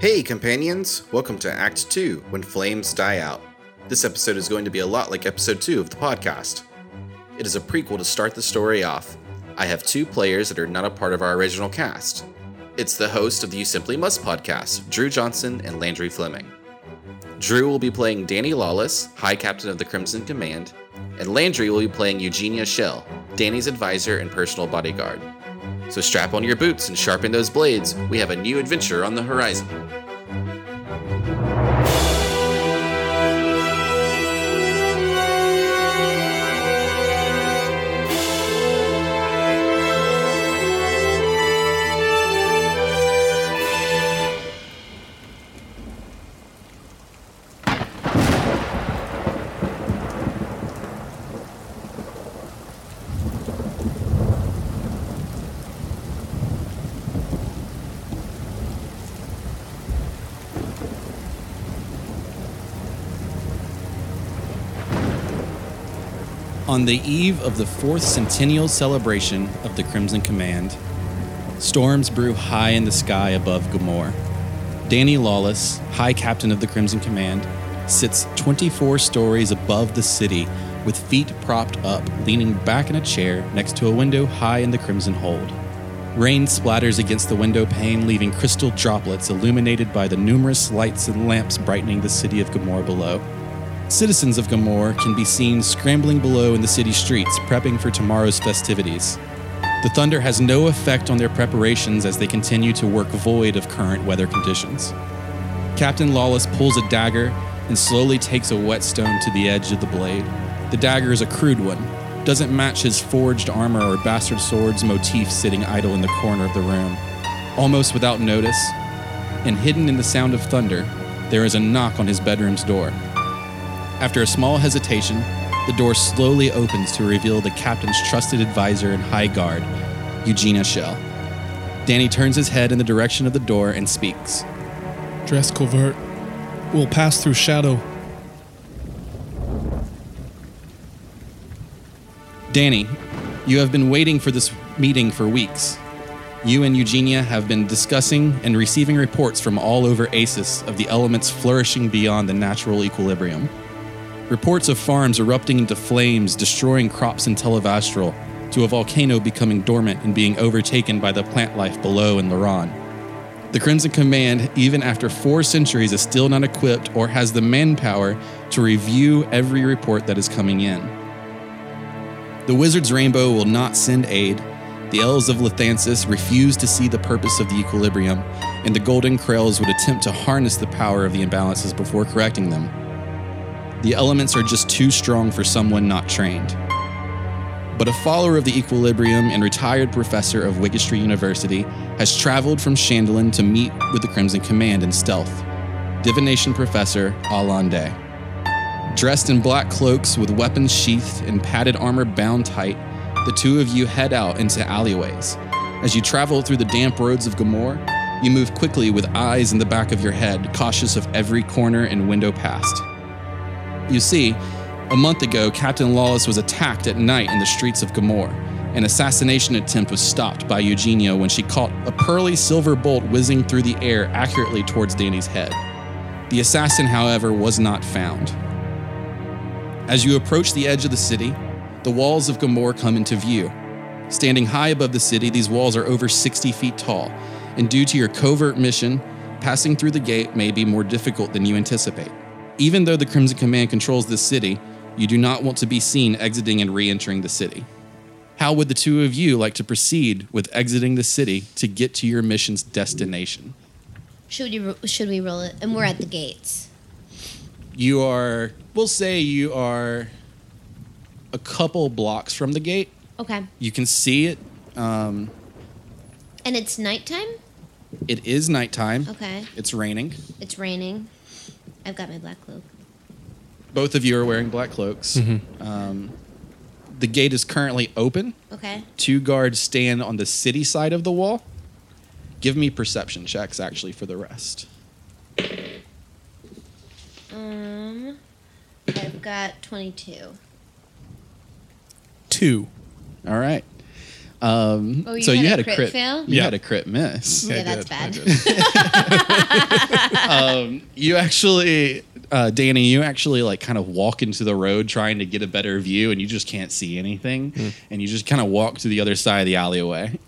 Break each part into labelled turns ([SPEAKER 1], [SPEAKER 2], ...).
[SPEAKER 1] Hey, companions! Welcome to Act 2 When Flames Die Out. This episode is going to be a lot like Episode 2 of the podcast. It is a prequel to start the story off. I have two players that are not a part of our original cast. It's the host of the You Simply Must podcast, Drew Johnson and Landry Fleming. Drew will be playing Danny Lawless, High Captain of the Crimson Command, and Landry will be playing Eugenia Shell, Danny's advisor and personal bodyguard. So strap on your boots and sharpen those blades. We have a new adventure on the horizon.
[SPEAKER 2] On the eve of the fourth centennial celebration of the Crimson Command, storms brew high in the sky above Gamor. Danny Lawless, High Captain of the Crimson Command, sits 24 stories above the city with feet propped up, leaning back in a chair next to a window high in the Crimson Hold. Rain splatters against the window pane, leaving crystal droplets illuminated by the numerous lights and lamps brightening the city of Gamor below. Citizens of Gamor can be seen scrambling below in the city streets, prepping for tomorrow's festivities. The thunder has no effect on their preparations as they continue to work void of current weather conditions. Captain Lawless pulls a dagger and slowly takes a whetstone to the edge of the blade. The dagger is a crude one, doesn't match his forged armor or bastard sword's motif sitting idle in the corner of the room. Almost without notice, and hidden in the sound of thunder, there is a knock on his bedroom's door. After a small hesitation, the door slowly opens to reveal the captain's trusted advisor and high guard, Eugenia Shell. Danny turns his head in the direction of the door and speaks.
[SPEAKER 3] Dress covert. We'll pass through shadow.
[SPEAKER 2] Danny, you have been waiting for this meeting for weeks. You and Eugenia have been discussing and receiving reports from all over ASIS of the elements flourishing beyond the natural equilibrium. Reports of farms erupting into flames, destroying crops in Televastral, to a volcano becoming dormant and being overtaken by the plant life below in Loran. The Crimson Command, even after four centuries, is still not equipped or has the manpower to review every report that is coming in. The wizard's rainbow will not send aid. The elves of Lathansis refuse to see the purpose of the equilibrium, and the golden krails would attempt to harness the power of the imbalances before correcting them. The elements are just too strong for someone not trained. But a follower of the equilibrium and retired professor of Wickestry University has traveled from Chandelin to meet with the Crimson Command in stealth. Divination professor Alande. Dressed in black cloaks with weapons sheathed and padded armor bound tight, the two of you head out into alleyways. As you travel through the damp roads of Gamor, you move quickly with eyes in the back of your head, cautious of every corner and window passed. You see, a month ago, Captain Lawless was attacked at night in the streets of Gamor. An assassination attempt was stopped by Eugenia when she caught a pearly silver bolt whizzing through the air accurately towards Danny's head. The assassin, however, was not found. As you approach the edge of the city, the walls of Gamor come into view. Standing high above the city, these walls are over 60 feet tall, and due to your covert mission, passing through the gate may be more difficult than you anticipate. Even though the Crimson Command controls this city, you do not want to be seen exiting and re entering the city. How would the two of you like to proceed with exiting the city to get to your mission's destination?
[SPEAKER 4] Should we should we roll it? And we're at the gates.
[SPEAKER 2] you are we'll say you are a couple blocks from the gate
[SPEAKER 4] Okay.
[SPEAKER 2] you can see it
[SPEAKER 4] And it's nighttime.
[SPEAKER 2] it is nighttime
[SPEAKER 4] Okay.
[SPEAKER 2] it's raining
[SPEAKER 4] It's raining. I've got my black cloak.
[SPEAKER 2] both of you are wearing black cloaks
[SPEAKER 3] Mm-hmm.
[SPEAKER 2] um, the gate is currently open
[SPEAKER 4] Okay.
[SPEAKER 2] two guards stand on the city side of the wall give me perception checks actually for the rest
[SPEAKER 4] Um, I've got twenty-two.
[SPEAKER 3] Two.
[SPEAKER 2] all right
[SPEAKER 4] Oh,
[SPEAKER 2] so you had a crit,
[SPEAKER 4] fail.
[SPEAKER 2] You
[SPEAKER 3] Yeah.
[SPEAKER 2] had a crit miss.
[SPEAKER 4] Yeah,
[SPEAKER 3] I
[SPEAKER 4] that's
[SPEAKER 3] did, I
[SPEAKER 4] bad.
[SPEAKER 3] did.
[SPEAKER 2] You actually, uh, Danny, you actually like kind of walk into the road trying to get a better view, and you just can't see anything,
[SPEAKER 3] Hmm.
[SPEAKER 2] and you just kind of walk to the other side of the alleyway.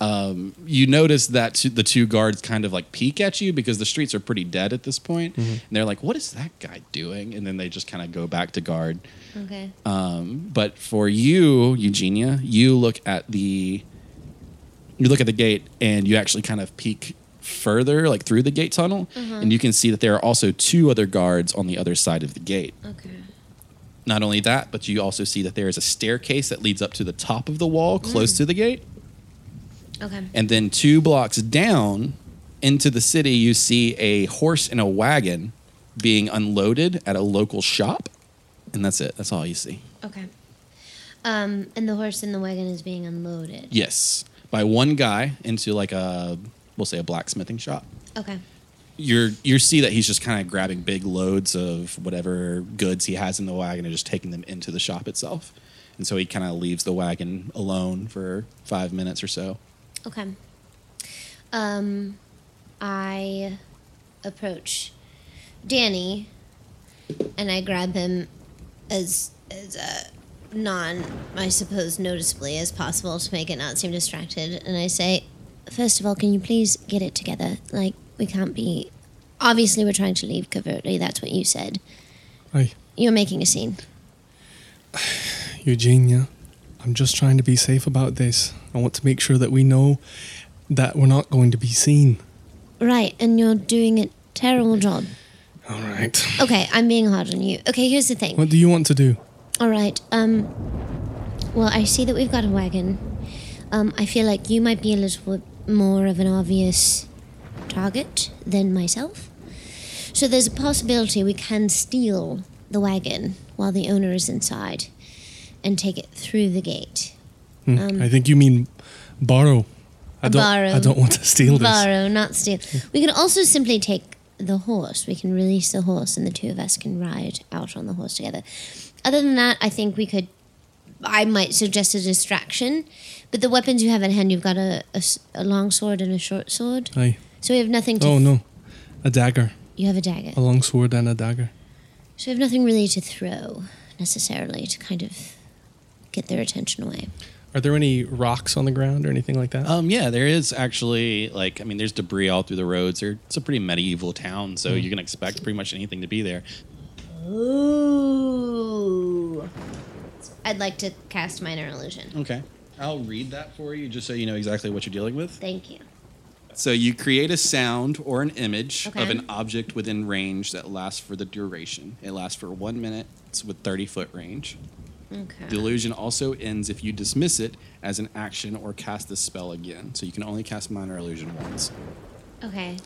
[SPEAKER 2] Um, you notice that t- the two guards kind of like peek at you because the streets are pretty dead at this point, and they're like, "What is that guy doing?" And then they just kind of go back to guard.
[SPEAKER 4] Okay.
[SPEAKER 2] Um, but for you, Eugenia, you look at the you look at the gate and you actually kind of peek further, like through the gate tunnel, and you can see that there are also two other guards on the other side of the gate.
[SPEAKER 4] Okay.
[SPEAKER 2] Not only that, but you also see that there is a staircase that leads up to the top of the wall, close to the gate,
[SPEAKER 4] Okay.
[SPEAKER 2] and then two blocks down into the city, you see a horse and a wagon being unloaded at a local shop, and that's it. That's all you see.
[SPEAKER 4] Okay. Um, and the horse in the wagon is being unloaded.
[SPEAKER 2] Yes, by one guy into like a we'll say a blacksmithing shop.
[SPEAKER 4] Okay.
[SPEAKER 2] You're you see that he's just kind of grabbing big loads of whatever goods he has in the wagon and just taking them into the shop itself. And so he kind of leaves the wagon alone for five minutes or so.
[SPEAKER 4] Okay. Um, I approach Danny, and I grab him as as uh, non, I suppose, noticeably as possible to make it not seem distracted. And I say, first of all, can you please get it together? Like we can't be. Obviously, we're trying to leave covertly. That's what you said.
[SPEAKER 3] Hi,
[SPEAKER 4] You're making a scene.
[SPEAKER 3] Eugenia. I'm just trying to be safe about this. I want to make sure that we know that we're not going to be seen.
[SPEAKER 4] Right, and you're doing a terrible job.
[SPEAKER 3] All right.
[SPEAKER 4] Okay, I'm being hard on you. Okay, here's the thing.
[SPEAKER 3] What do you want to do?
[SPEAKER 4] All right. Um. Well, I see that we've got a wagon. Um, I feel like you might be a little bit more of an obvious target than myself. So there's a possibility we can steal the wagon while the owner is inside, and take it through the gate.
[SPEAKER 3] Hmm, I think you mean borrow. I don't.
[SPEAKER 4] Um, Borrow.
[SPEAKER 3] I don't want to steal this.
[SPEAKER 4] Borrow, not steal. We could also simply take the horse. We can release the horse, and the two of us can ride out on the horse together. Other than that, I think we could. I might suggest a distraction, but the weapons you have at hand, you've got a, a s- a long sword and a short sword.
[SPEAKER 3] Aye.
[SPEAKER 4] So we have nothing to.
[SPEAKER 3] Oh no, Oh. a dagger,
[SPEAKER 4] You have a dagger.
[SPEAKER 3] a long sword and a dagger.
[SPEAKER 4] So we have nothing really to throw necessarily to kind of get their attention away.
[SPEAKER 3] Are there any rocks on the ground or anything like that?
[SPEAKER 2] Um, yeah, there is actually like I mean, there's debris all through the roads. There- It's a pretty medieval town, so you can expect pretty much anything to be there.
[SPEAKER 4] Ooh. I'd like to cast minor illusion.
[SPEAKER 2] Okay, I'll read that for you just so you know exactly what you're dealing with.
[SPEAKER 4] Thank you.
[SPEAKER 2] So you create a sound or an image
[SPEAKER 4] Okay.
[SPEAKER 2] of an object within range that lasts for the duration. It lasts for one minute it's with 30 foot range.
[SPEAKER 4] Okay.
[SPEAKER 2] The illusion also ends if you dismiss it as an action or cast the spell again. So you can only cast minor illusion once.
[SPEAKER 4] Okay.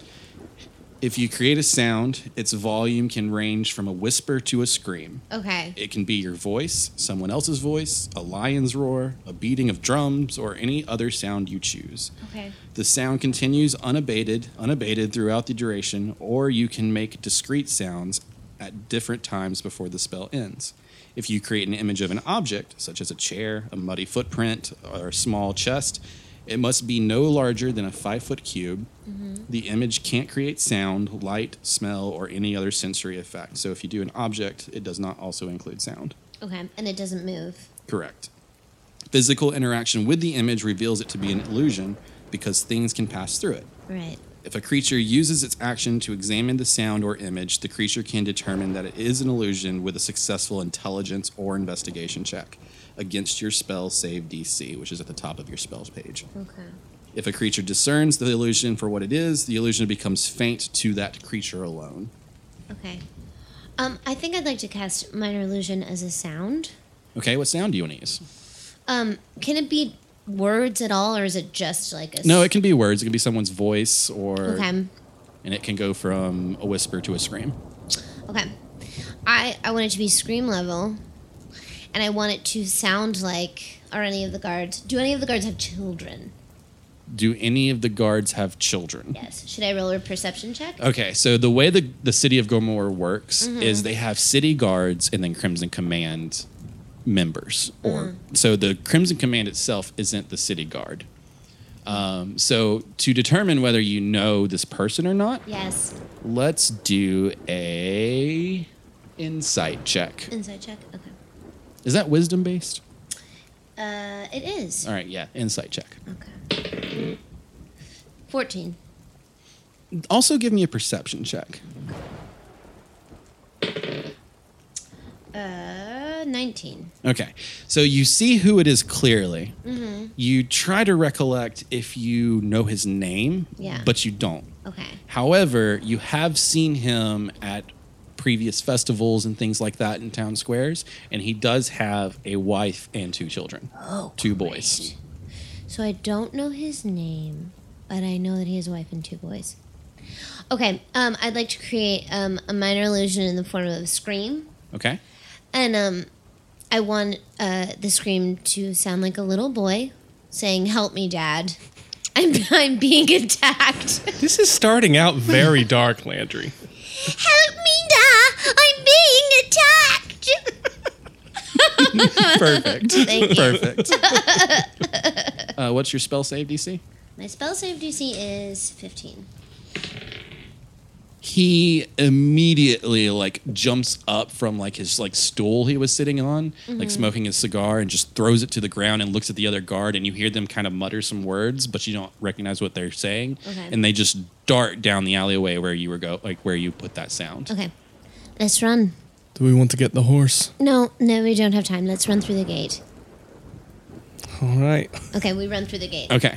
[SPEAKER 2] If you create a sound, its volume can range from a whisper to a scream.
[SPEAKER 4] Okay.
[SPEAKER 2] It can be your voice, someone else's voice, a lion's roar, a beating of drums, or any other sound you choose.
[SPEAKER 4] Okay.
[SPEAKER 2] The sound continues unabated, unabated throughout the duration, or you can make discrete sounds at different times before the spell ends. If you create an image of an object, such as a chair, a muddy footprint, or a small chest, it must be no larger than a five foot cube. The image can't create sound, light, smell, or any other sensory effect. So if you do an object, it does not also include sound.
[SPEAKER 4] Okay. And it doesn't move.
[SPEAKER 2] Correct. Physical interaction with the image reveals it to be an illusion because things can pass through it.
[SPEAKER 4] Right.
[SPEAKER 2] If a creature uses its action to examine the sound or image, the creature can determine that it is an illusion with a successful intelligence or investigation check against your spell save DC, which is at the top of your spells page.
[SPEAKER 4] Okay.
[SPEAKER 2] If a creature discerns the illusion for what it is, the illusion becomes faint to that creature alone.
[SPEAKER 4] Okay. Um, I think I'd like to cast minor illusion as a sound.
[SPEAKER 2] Okay, what sound do you want to use?
[SPEAKER 4] Um, can it be words at all, or is it just like a? s-
[SPEAKER 2] No, it can be words. It can be someone's voice or.
[SPEAKER 4] Okay.
[SPEAKER 2] and it can go from a whisper to a scream.
[SPEAKER 4] Okay. I I want it to be scream level, and I want it to sound like. Are any of the guards? Do any of the guards have children?
[SPEAKER 2] Do any of the guards have children?
[SPEAKER 4] Yes. Should I roll a perception check?
[SPEAKER 2] Okay, so the way the, the city of Gomor works is they have city guards and then Crimson Command members, or so the Crimson Command itself isn't the city guard. Um, so to determine whether you know this person or not,
[SPEAKER 4] Yes.
[SPEAKER 2] let's do a insight check.
[SPEAKER 4] Inside check. Okay.
[SPEAKER 2] Is that wisdom based?
[SPEAKER 4] Uh, it is.
[SPEAKER 2] All right, yeah, insight check.
[SPEAKER 4] Okay. Fourteen.
[SPEAKER 2] Also, give me a perception check.
[SPEAKER 4] Uh, nineteen.
[SPEAKER 2] Okay. So you see who it is clearly. You try to recollect if you know his name,
[SPEAKER 4] Yeah.
[SPEAKER 2] but you don't.
[SPEAKER 4] Okay.
[SPEAKER 2] However, you have seen him at previous festivals and things like that in town squares, and he does have a wife and two children.
[SPEAKER 4] Oh,
[SPEAKER 2] Two boys.
[SPEAKER 4] So I don't know his name, but I know that he has a wife and two boys. Okay. Um, I'd like to create um a minor illusion in the form of a scream,
[SPEAKER 2] Okay?
[SPEAKER 4] and um, I want uh the scream to sound like a little boy saying, "Help me, Dad." I'm, I'm being attacked.
[SPEAKER 3] This is starting out very dark, Landry.
[SPEAKER 4] Help me, Da! I'm being attacked!
[SPEAKER 2] Perfect.
[SPEAKER 4] Thank you.
[SPEAKER 2] Perfect. uh, what's your spell save, DC?
[SPEAKER 4] My spell save DC is 15.
[SPEAKER 2] he immediately like jumps up from like his like stool he was sitting on
[SPEAKER 4] Mm-hmm.
[SPEAKER 2] like smoking his cigar and just throws it to the ground and looks at the other guard and you hear them kind of mutter some words but you don't recognize what they're saying
[SPEAKER 4] Okay.
[SPEAKER 2] and they just dart down the alleyway where you were go like where you put that sound
[SPEAKER 4] Okay. Let's run.
[SPEAKER 3] Do we want to get the horse?
[SPEAKER 4] No, no, we don't have time. Let's run through the gate.
[SPEAKER 3] All right.
[SPEAKER 4] Okay, we run through the gate.
[SPEAKER 2] okay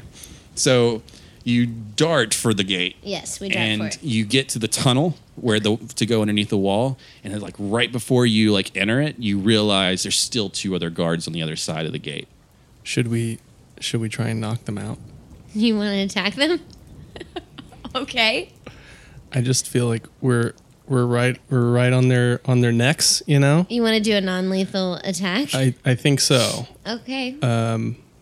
[SPEAKER 2] so you dart for the gate
[SPEAKER 4] Yes, we drive for
[SPEAKER 2] and
[SPEAKER 4] it.
[SPEAKER 2] you get to the tunnel where the to go underneath the wall and then like right before you like enter it you realize there's still two other guards on the other side of the gate
[SPEAKER 3] Should we should we try and knock them out?
[SPEAKER 4] You want to attack them? okay.
[SPEAKER 3] I just feel like we're we're right we're right on their on their necks, you know?
[SPEAKER 4] You want to do a non lethal attack?
[SPEAKER 3] I, I think so.
[SPEAKER 4] okay.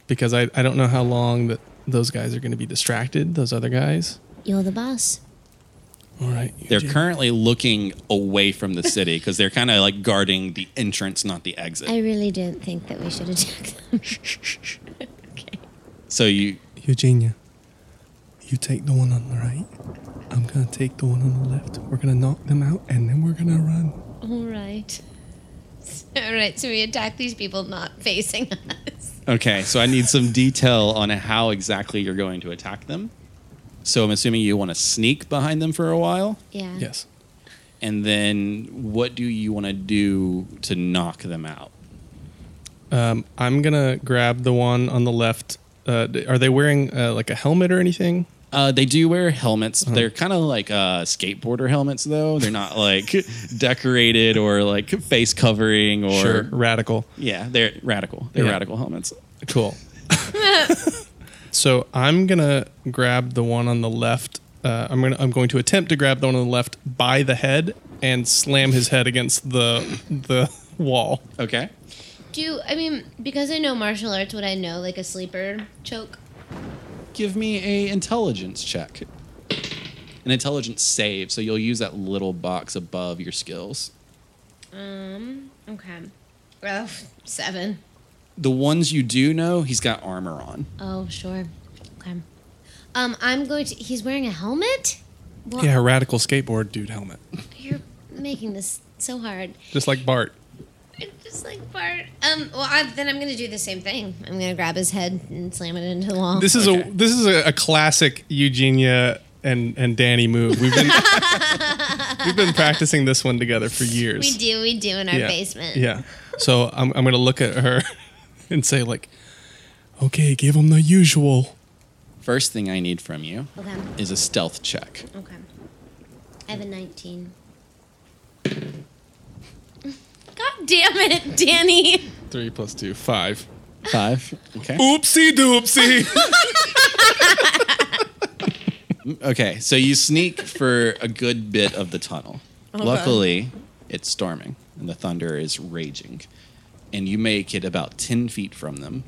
[SPEAKER 3] Because I, I don't know how long that those guys are gonna be distracted, those other guys.
[SPEAKER 4] You're the boss.
[SPEAKER 3] All right. you
[SPEAKER 2] They're
[SPEAKER 3] do-
[SPEAKER 2] currently looking away from the city because they're kind of like guarding the entrance, not the exit.
[SPEAKER 4] I really don't think that we should attack them. okay.
[SPEAKER 2] so you,
[SPEAKER 3] Eugenia, you take the one on the right. I'm gonna take the one on the left. We're gonna knock them out and then we're gonna run.
[SPEAKER 4] All right. All right, so we attack these people not facing us.
[SPEAKER 2] okay. So I need some detail on how exactly you're going to attack them. So I'm assuming you want to sneak behind them for a while,
[SPEAKER 4] Yeah.
[SPEAKER 3] Yes.
[SPEAKER 2] and then what do you want to do to knock them out?
[SPEAKER 3] Um, I'm gonna grab the one on the left. Uh, d- are they wearing uh, like a helmet or anything?
[SPEAKER 2] Uh, they do wear helmets.
[SPEAKER 3] Uh-huh.
[SPEAKER 2] They're kind of like uh, skateboarder helmets, though. They're not like decorated or like face covering or
[SPEAKER 3] Radical.
[SPEAKER 2] yeah. They're radical. They're
[SPEAKER 3] Yeah.
[SPEAKER 2] radical helmets.
[SPEAKER 3] Cool. so I'm gonna grab the one on the left. Uh, I'm gonna I'm going to attempt to grab the one on the left by the head and slam his head against the the wall.
[SPEAKER 2] Okay.
[SPEAKER 4] Do I mean because I know martial arts? Would I know like a sleeper choke?
[SPEAKER 2] give me a intelligence check an intelligence save so you'll use that little box above your skills
[SPEAKER 4] Um. Okay. Oh, seven.
[SPEAKER 2] the ones you do know he's got armor on
[SPEAKER 4] Oh, sure. Okay. Um, I'm going to. He's wearing a helmet. Well,
[SPEAKER 3] Yeah, radical skateboard dude helmet,
[SPEAKER 4] You're making this so hard.
[SPEAKER 3] just like Bart.
[SPEAKER 4] It's just like Bart. Um. Well, I, then I'm gonna do the same thing. I'm gonna grab his head and slam it into the wall.
[SPEAKER 3] This is
[SPEAKER 2] Okay.
[SPEAKER 3] a this is a, a classic Eugenia and and Danny move. We've been we've been practicing this one together for years.
[SPEAKER 4] we do. We do in our basement.
[SPEAKER 3] Yeah. So I'm I'm gonna look at her and say like, okay, give him the usual.
[SPEAKER 2] first thing i need from you
[SPEAKER 4] Okay.
[SPEAKER 2] is a stealth check
[SPEAKER 4] Okay. I have a 19. God damn it, Danny.
[SPEAKER 3] Three plus two, five.
[SPEAKER 2] five okay
[SPEAKER 3] Oopsie doopsie.
[SPEAKER 2] okay so you sneak for a good bit of the tunnel luckily it's storming and the thunder is raging and you make it about 10 feet from them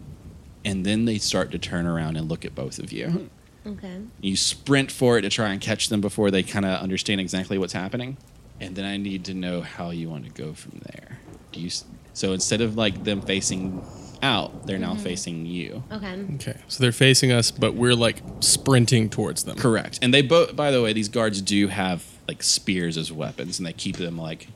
[SPEAKER 2] and then they start to turn around and look at both of you
[SPEAKER 4] Okay.
[SPEAKER 2] You sprint for it to try and catch them before they kind of understand exactly what's happening. And then I need to know how you want to go from there. Do you s- So instead of like them facing out, they're now facing you.
[SPEAKER 4] Okay.
[SPEAKER 3] Okay, so they're facing us, but we're like sprinting towards them.
[SPEAKER 2] Correct. And they both, by the way, these guards do have like spears as weapons and they keep them like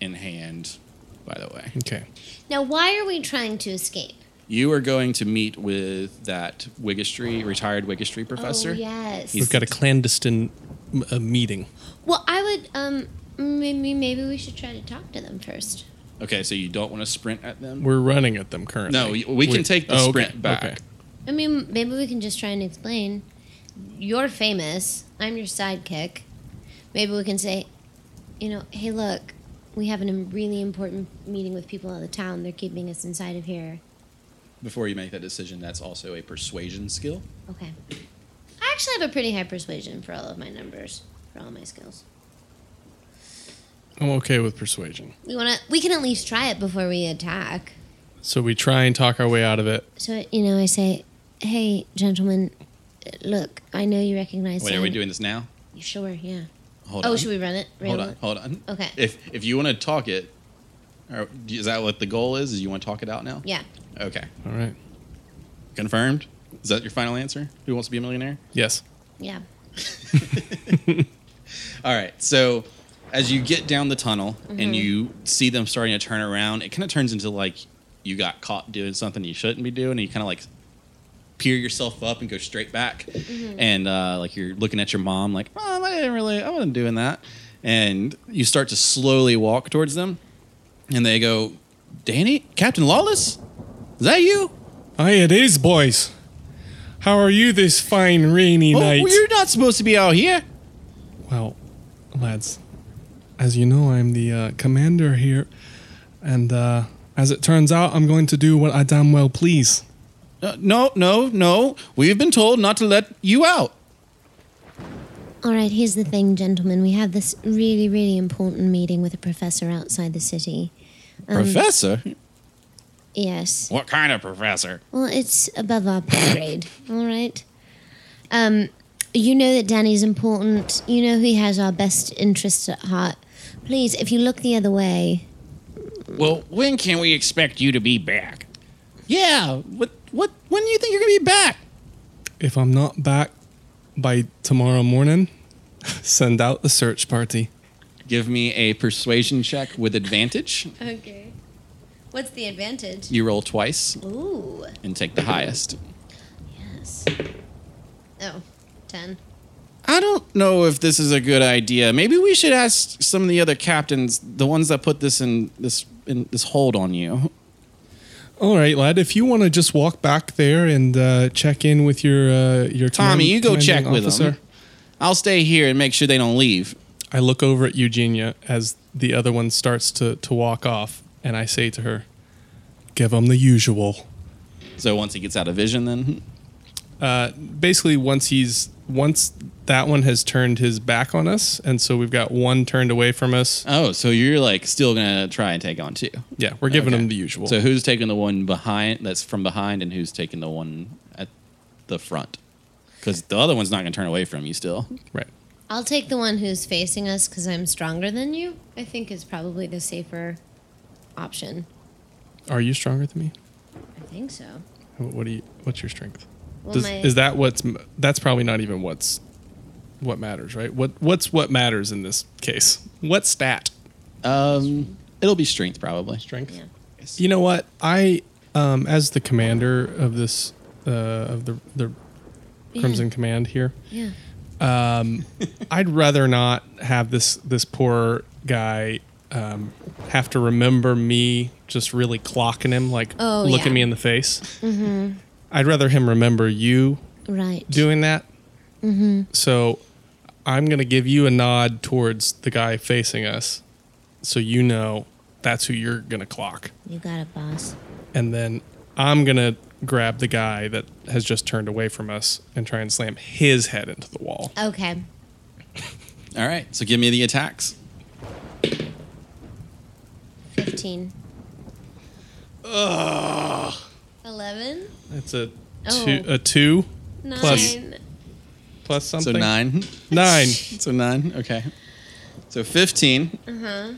[SPEAKER 2] in hand, by the way.
[SPEAKER 3] Okay.
[SPEAKER 4] Now, why are we trying to escape?
[SPEAKER 2] You are going to meet with that Wigistry, retired Wigistry professor.
[SPEAKER 4] Oh, yes.
[SPEAKER 2] He's-
[SPEAKER 3] We've got a clandestine m- a meeting.
[SPEAKER 4] well, I would. Um, maybe maybe we should try to talk to them first.
[SPEAKER 2] Okay, so you don't want to sprint at them?
[SPEAKER 3] We're running at them currently. Oh,
[SPEAKER 2] No, we- we can take the
[SPEAKER 3] okay,
[SPEAKER 2] sprint back.
[SPEAKER 4] I mean, maybe we can just try and explain. You're famous. I'm your sidekick. Maybe we can say, you know, hey, look, we have a really important meeting with people out of town. They're keeping us inside of here.
[SPEAKER 2] Before you make that decision, that's also a persuasion skill.
[SPEAKER 4] Okay. I actually have a pretty high persuasion for all of my numbers, for all my skills.
[SPEAKER 3] I'm okay with persuasion.
[SPEAKER 4] We wanna. We can at least try it before we attack.
[SPEAKER 3] So we try and talk our way out of it.
[SPEAKER 4] So you know, I say, "Hey, gentlemen, look, I know you recognize."
[SPEAKER 2] Wait,
[SPEAKER 4] that
[SPEAKER 2] are we
[SPEAKER 4] I'm-
[SPEAKER 2] doing this now?
[SPEAKER 4] Sure, yeah.
[SPEAKER 2] Hold
[SPEAKER 4] oh,
[SPEAKER 2] on.
[SPEAKER 4] should we run it?
[SPEAKER 2] Hold
[SPEAKER 4] Rail
[SPEAKER 2] on,
[SPEAKER 4] it?
[SPEAKER 2] hold on.
[SPEAKER 4] Okay.
[SPEAKER 2] If if you want to talk it, or is that what the goal is? Is you want to talk it out now?
[SPEAKER 4] Yeah.
[SPEAKER 2] Okay.
[SPEAKER 3] All right.
[SPEAKER 2] Confirmed. Is that your final answer? Who wants to be a millionaire?
[SPEAKER 3] Yes.
[SPEAKER 4] Yeah.
[SPEAKER 2] All right. So as you get down the tunnel and you see them starting to turn around, it kind of turns into like you got caught doing something you shouldn't be doing, and you kind of like peer yourself up and go straight back, and uh, like you're looking at your mom, like, "Mom, I didn't really, I wasn't doing that," and you start to slowly walk towards them, and they go, "Danny, Captain Lawless, is that you?"
[SPEAKER 3] Hi, it is, boys. How are you this fine rainy
[SPEAKER 2] Oh,
[SPEAKER 3] night?
[SPEAKER 2] well, you're not supposed to be out here.
[SPEAKER 3] Well, lads, as you know, I'm the uh, commander here, and uh, as it turns out, I'm going to do what I damn well please.
[SPEAKER 2] "Uh, No, no, no. We've been told not to let you out.
[SPEAKER 4] All right. Here's the thing, gentlemen. We have this really, really important meeting with a professor outside the city.
[SPEAKER 2] Professor?
[SPEAKER 4] Yes.
[SPEAKER 2] What kind of professor?
[SPEAKER 4] Well, it's above our pay grade. All right. Um, you know that Danny's important. You know he has our best interests at heart. Please, if you look the other way,
[SPEAKER 2] Well, when can we expect you to be back? Yeah, what what when do you think you're going to be back?
[SPEAKER 3] If I'm not back by tomorrow morning, send out the search party.
[SPEAKER 2] Give me a persuasion check with advantage.
[SPEAKER 4] Okay. What's the advantage?
[SPEAKER 2] You roll twice
[SPEAKER 4] Ooh.
[SPEAKER 2] and take the highest.
[SPEAKER 4] Yes. Oh, 10.
[SPEAKER 2] I don't know if this is a good idea. Maybe we should ask some of the other captains, the ones that put this in this in this hold on you.
[SPEAKER 3] All right, lad. If you want to just walk back there and uh, check in with your uh, your
[SPEAKER 2] Tommy,
[SPEAKER 3] command-
[SPEAKER 2] you go
[SPEAKER 3] commanding
[SPEAKER 2] check with
[SPEAKER 3] officer.
[SPEAKER 2] them. I'll stay here and make sure they don't leave.
[SPEAKER 3] I look over at Eugenia as the other one starts to to walk off, and I say to her, "Give them the usual."
[SPEAKER 2] So once he gets out of vision then
[SPEAKER 3] basically once he's once that one has turned his back on us and so we've got one turned away from us
[SPEAKER 2] Oh, so you're like still gonna try and take on two.
[SPEAKER 3] yeah we're giving
[SPEAKER 2] Okay.
[SPEAKER 3] him the usual
[SPEAKER 2] So who's taking the one behind that's from behind and who's taking the one at the front? Because the other one's not gonna turn away from you still.
[SPEAKER 3] right
[SPEAKER 4] I'll take the one who's facing us because I'm stronger than you. I think is probably the safer option.
[SPEAKER 3] are you stronger than me
[SPEAKER 4] I think so.
[SPEAKER 3] Wh- what do you what's your strength
[SPEAKER 4] Well,
[SPEAKER 3] Does,
[SPEAKER 4] my-
[SPEAKER 3] is that what's m- that's probably not even what's what matters right what what's what matters in this case what stat
[SPEAKER 2] Um it'll be strength probably.
[SPEAKER 3] strength
[SPEAKER 4] Yeah.
[SPEAKER 3] you know what i um as the commander of this uh of the the crimson command here
[SPEAKER 4] Yeah.
[SPEAKER 3] I'd rather not have this this poor guy um, have to remember me just really clocking him, like
[SPEAKER 4] Oh,
[SPEAKER 3] looking
[SPEAKER 4] yeah. Mm-hmm.
[SPEAKER 3] me in the face. I'd rather him remember you
[SPEAKER 4] Right.
[SPEAKER 3] doing that.
[SPEAKER 4] Mm-hmm.
[SPEAKER 3] So I'm gonna give you a nod towards the guy facing us, so you know that's who you're gonna clock,
[SPEAKER 4] you got it, boss.
[SPEAKER 3] and then I'm gonna grab the guy that has just turned away from us and try and slam his head into the wall.
[SPEAKER 4] Okay.
[SPEAKER 2] All right. So give me the attacks.
[SPEAKER 4] 15. Ugh. 11.
[SPEAKER 3] That's a
[SPEAKER 4] Oh.
[SPEAKER 3] two, a two
[SPEAKER 4] 9.
[SPEAKER 3] Plus- plus something.
[SPEAKER 2] So nine.
[SPEAKER 3] Nine.
[SPEAKER 2] So nine. Okay. So fifteen. Uh-huh.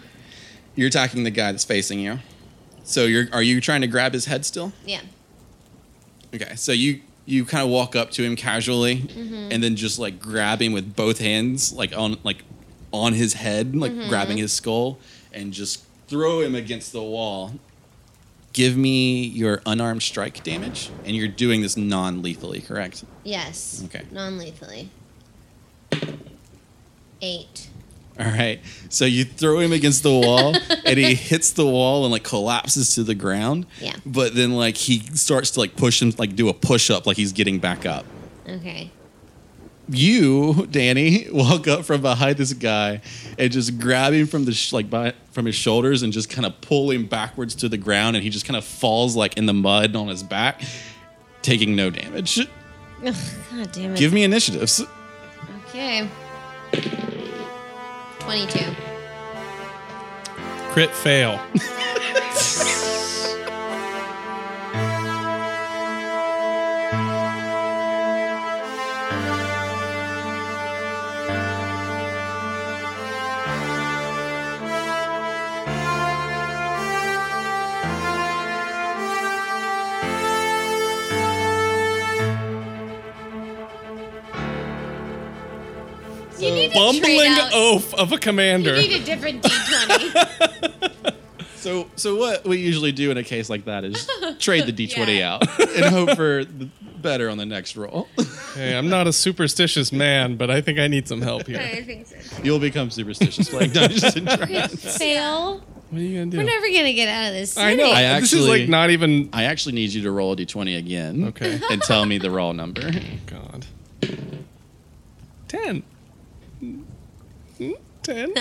[SPEAKER 2] You're attacking the guy that's facing you. So you're are you trying to grab his head still?
[SPEAKER 4] Yeah.
[SPEAKER 2] Okay, so you you kind of walk up to him casually, and then just like grab him with both hands, like on like on his head, like grabbing his skull, and just throw him against the wall. Give me your unarmed strike damage, and you're doing this non-lethally, correct?
[SPEAKER 4] Yes.
[SPEAKER 2] Okay.
[SPEAKER 4] Non lethally. Eight.
[SPEAKER 2] All right. So you throw him against the wall, and he hits the wall and like collapses to the ground.
[SPEAKER 4] Yeah.
[SPEAKER 2] But then like he starts to like push him, like do a push up, like he's getting back up.
[SPEAKER 4] Okay.
[SPEAKER 2] you, Danny, walk up from behind this guy and just grab him from the sh- like by, from his shoulders and just kind of pull him backwards to the ground, and he just kind of falls like in the mud on his back, taking no damage.
[SPEAKER 4] Ugh, God damn it.
[SPEAKER 2] Give me initiatives.
[SPEAKER 4] okay. 22.
[SPEAKER 3] Crit fail.
[SPEAKER 4] you need to
[SPEAKER 3] Bumbling
[SPEAKER 4] trade out.
[SPEAKER 3] oaf of a
[SPEAKER 4] You
[SPEAKER 3] commander.
[SPEAKER 4] need a different D20.
[SPEAKER 2] So, so what we usually do in a case like that is trade the d20
[SPEAKER 4] Yeah.
[SPEAKER 2] out and hope for the better on the next roll.
[SPEAKER 3] Hey, I'm not a superstitious man, but I think I need some help here.
[SPEAKER 4] I think so.
[SPEAKER 2] You'll become superstitious playing Dungeons and Dragons.
[SPEAKER 4] Fail.
[SPEAKER 3] What are you gonna do?
[SPEAKER 4] We're never gonna get out of this.
[SPEAKER 3] I know.
[SPEAKER 2] I
[SPEAKER 3] this is
[SPEAKER 2] actually-
[SPEAKER 3] like not even.
[SPEAKER 2] I actually need you to roll a d20 again.
[SPEAKER 3] Okay.
[SPEAKER 2] And tell me the raw number.
[SPEAKER 3] God. Ten. Hmm? Ten.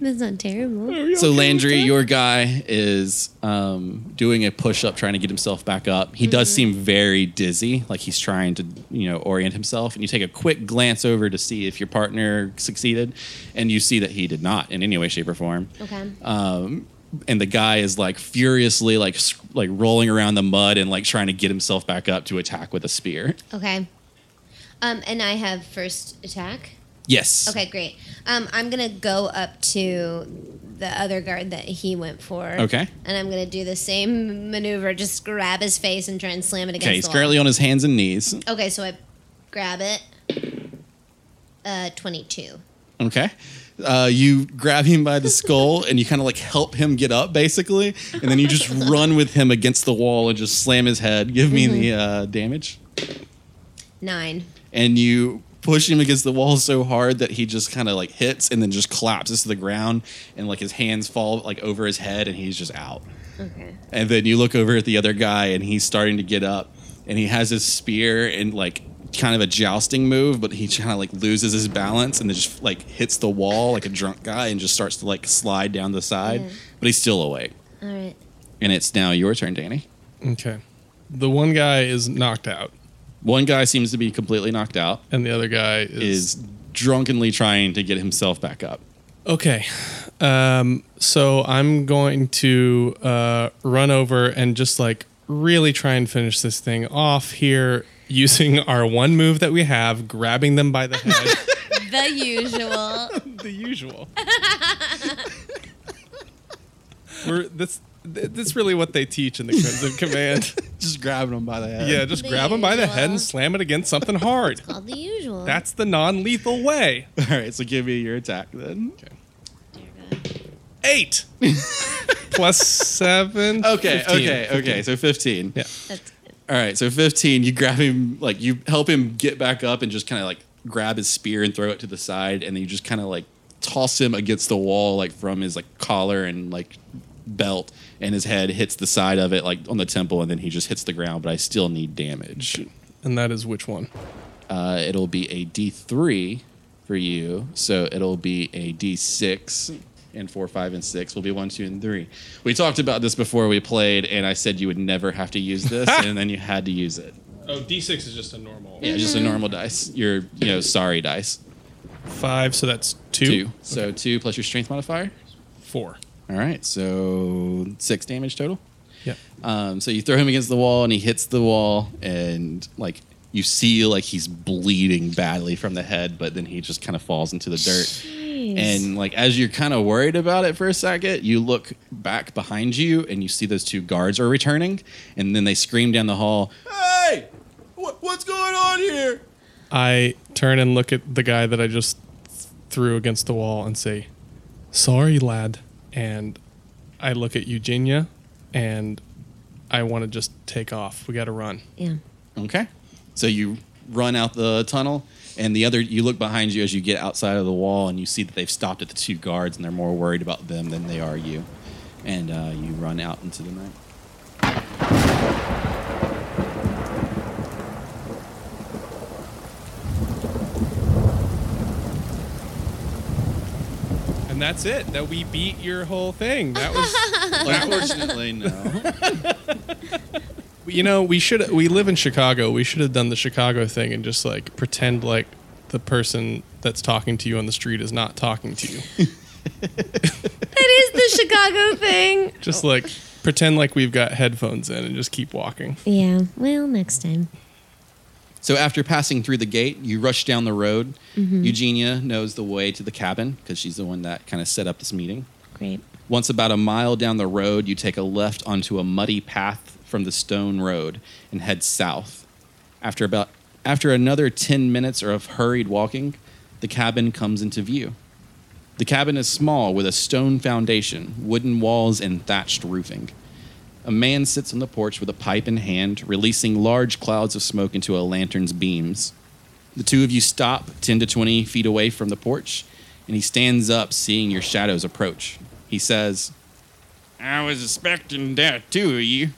[SPEAKER 4] That's not terrible.
[SPEAKER 3] Are we
[SPEAKER 2] So
[SPEAKER 3] okay with
[SPEAKER 2] Landry,
[SPEAKER 3] that?
[SPEAKER 2] your guy is um, doing a push up, trying to get himself back up. He
[SPEAKER 3] Mm-hmm.
[SPEAKER 2] does seem very dizzy, like he's trying to, you know, orient himself. And you take a quick glance over to see if your partner succeeded, and you see that he did not in any way, shape, or form.
[SPEAKER 4] Okay.
[SPEAKER 2] Um, and the guy is like furiously, like s- like rolling around the mud and like trying to get himself back up to attack with a spear.
[SPEAKER 4] Okay. Um, and I have first attack.
[SPEAKER 2] Yes.
[SPEAKER 4] Okay, great. Um, I'm gonna go up to the other guard that he went for.
[SPEAKER 2] Okay.
[SPEAKER 4] And I'm gonna do the same maneuver, just grab his face and try and slam it against
[SPEAKER 2] Okay. He's
[SPEAKER 4] the
[SPEAKER 2] currently on his hands and knees.
[SPEAKER 4] wall. Okay, so I grab it. Uh, 22.
[SPEAKER 2] Okay. Uh, you grab him by the skull and you kind of like help him get up, basically. And then you just run with him against the wall and just slam his head. Give me the uh, damage.
[SPEAKER 4] Nine.
[SPEAKER 2] And you push him against the wall so hard that he just kind of like hits and then just collapses to the ground. And like his hands fall like over his head and he's just out.
[SPEAKER 4] Okay.
[SPEAKER 2] And then you look over at the other guy and he's starting to get up and he has his spear and like kind of a jousting move, but he kind of like loses his balance and then just like hits the wall like a drunk guy and just starts to like slide down the side.
[SPEAKER 4] Yeah.
[SPEAKER 2] But he's still awake.
[SPEAKER 4] All right.
[SPEAKER 2] And it's now your turn, Danny.
[SPEAKER 3] Okay. The one guy is knocked out,
[SPEAKER 2] One guy seems to be completely knocked out,
[SPEAKER 3] and the other guy
[SPEAKER 2] is drunkenly trying to get himself back up.
[SPEAKER 3] Okay. Um, so I'm going to uh, run over and just like really try and finish this thing off here using our one move that we have, grabbing them by the head.
[SPEAKER 4] The usual.
[SPEAKER 3] the usual. We're, that's, th- that's really what they teach in the Crimson Command.
[SPEAKER 2] Just grabbing him by the head.
[SPEAKER 3] Yeah, just
[SPEAKER 4] The
[SPEAKER 3] grab them by the head
[SPEAKER 4] usual.
[SPEAKER 3] and slam it against something hard.
[SPEAKER 4] Called the usual.
[SPEAKER 3] That's the non lethal way.
[SPEAKER 2] All right, so give me your attack then.
[SPEAKER 4] Dear God.
[SPEAKER 3] Eight plus seven.
[SPEAKER 2] Okay,
[SPEAKER 3] 15.
[SPEAKER 2] okay, okay. So 15.
[SPEAKER 3] Yeah.
[SPEAKER 4] That's good.
[SPEAKER 2] All right, so 15, you grab him, like, you help him get back up and just kind of like grab his spear and throw it to the side. And then you just kind of like toss him against the wall, like from his like collar and like belt. And his head hits the side of it, like on the temple. And then he just hits the ground, but I still need damage.
[SPEAKER 3] And that is which one?
[SPEAKER 2] Uh, it'll be a D3 for you. So it'll be a D6. And four, five, and six will be one, two, and three. We talked about this before we played, and I said you would never have to use this, and then you had to use it.
[SPEAKER 3] Oh, D6 is just a normal.
[SPEAKER 2] Yeah, just a normal dice. Your you know sorry dice.
[SPEAKER 3] Five, so that's two.
[SPEAKER 2] Two. So two plus your strength modifier.
[SPEAKER 3] Four.
[SPEAKER 2] All right. So six damage total.
[SPEAKER 3] Yep.
[SPEAKER 2] Um, so you throw him against the wall and he hits the wall and like you see like he's bleeding badly from the head, but then he just kind of falls into the dirt.
[SPEAKER 5] Nice.
[SPEAKER 2] And like as you're kind of worried about it for a second, you look back behind you and you see those two guards are returning, and then they scream down the hall. Hey, what, what's going on here?
[SPEAKER 3] I turn and look at the guy that I just threw against the wall and say, Sorry, lad. And I look at Eugenia and I want to just take off. We got to run.
[SPEAKER 4] Yeah.
[SPEAKER 2] Okay. So you run out the tunnel, and the other, you look behind you as you get outside of the wall, and you see that they've stopped at the two guards, and they're more worried about them than they are you. And uh, you run out into the night.
[SPEAKER 3] And that's it. That we beat your whole thing. That was,
[SPEAKER 2] Unfortunately, no.
[SPEAKER 3] you know, we should, we live in Chicago. We should have done the Chicago thing and just like pretend like the person that's talking to you on the street is not talking to you.
[SPEAKER 5] that is the Chicago thing.
[SPEAKER 3] Just like pretend like we've got headphones in and just keep walking.
[SPEAKER 4] Yeah. Well, next time.
[SPEAKER 2] So after passing through the gate, you rush down the road. Eugenia knows the way to the cabin because she's the one that kind of set up this meeting.
[SPEAKER 4] Great.
[SPEAKER 2] Once about a mile down the road, you take a left onto a muddy path from the stone road and head south. After about after another 10 minutes of hurried walking, the cabin comes into view. The cabin is small with a stone foundation, wooden walls and thatched roofing. A man sits on the porch with a pipe in hand, releasing large clouds of smoke into a lantern's beams. The two of you stop 10 to 20 feet away from the porch, and he stands up, seeing your shadows approach. He says, I was expecting that, two of you.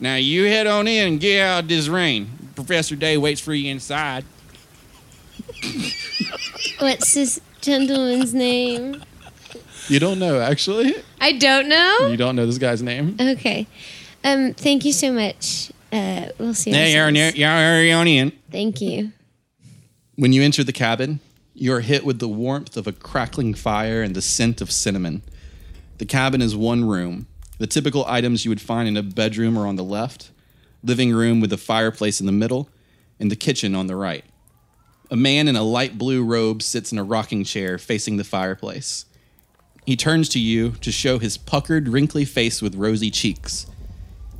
[SPEAKER 2] Now you head on in and get out of this rain. Professor Day waits for you inside.
[SPEAKER 4] What's this gentleman's name?
[SPEAKER 2] You don't know, actually.
[SPEAKER 4] I don't know.
[SPEAKER 2] You don't know this guy's name.
[SPEAKER 4] Okay. Um. Thank you so much. Uh. We'll see.
[SPEAKER 2] Hey,
[SPEAKER 4] ourselves.
[SPEAKER 2] Aaron, you're, you're on in.
[SPEAKER 4] Thank you.
[SPEAKER 2] When you enter the cabin, you are hit with the warmth of a crackling fire and the scent of cinnamon. The cabin is one room. The typical items you would find in a bedroom are on the left, living room with a fireplace in the middle, and the kitchen on the right. A man in a light blue robe sits in a rocking chair facing the fireplace. He turns to you to show his puckered, wrinkly face with rosy cheeks.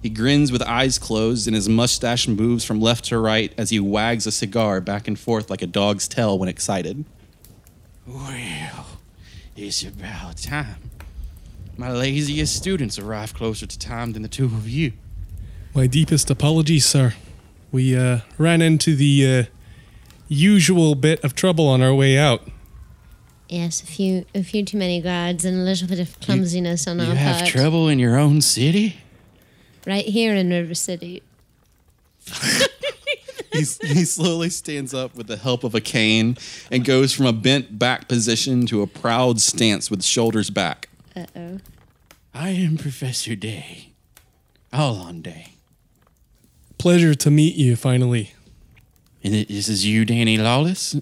[SPEAKER 2] He grins with eyes closed, and his mustache moves from left to right as he wags a cigar back and forth like a dog's tail when excited. Well, it's about time. My laziest students arrive closer to time than the two of you.
[SPEAKER 3] My deepest apologies, sir. We uh, ran into the uh, usual bit of trouble on our way out.
[SPEAKER 4] Yes. A few. A few too many guards and a little bit of clumsiness on our part.
[SPEAKER 2] in your own city?
[SPEAKER 4] Right here in River City.
[SPEAKER 2] He's, he slowly stands up with the help of a cane and goes from a bent back position to a proud stance with shoulders back.
[SPEAKER 4] Uh oh.
[SPEAKER 2] I am Professor Day. Aulon Day.
[SPEAKER 3] Pleasure to meet you finally.
[SPEAKER 2] And it- this is you, Danny Lawless?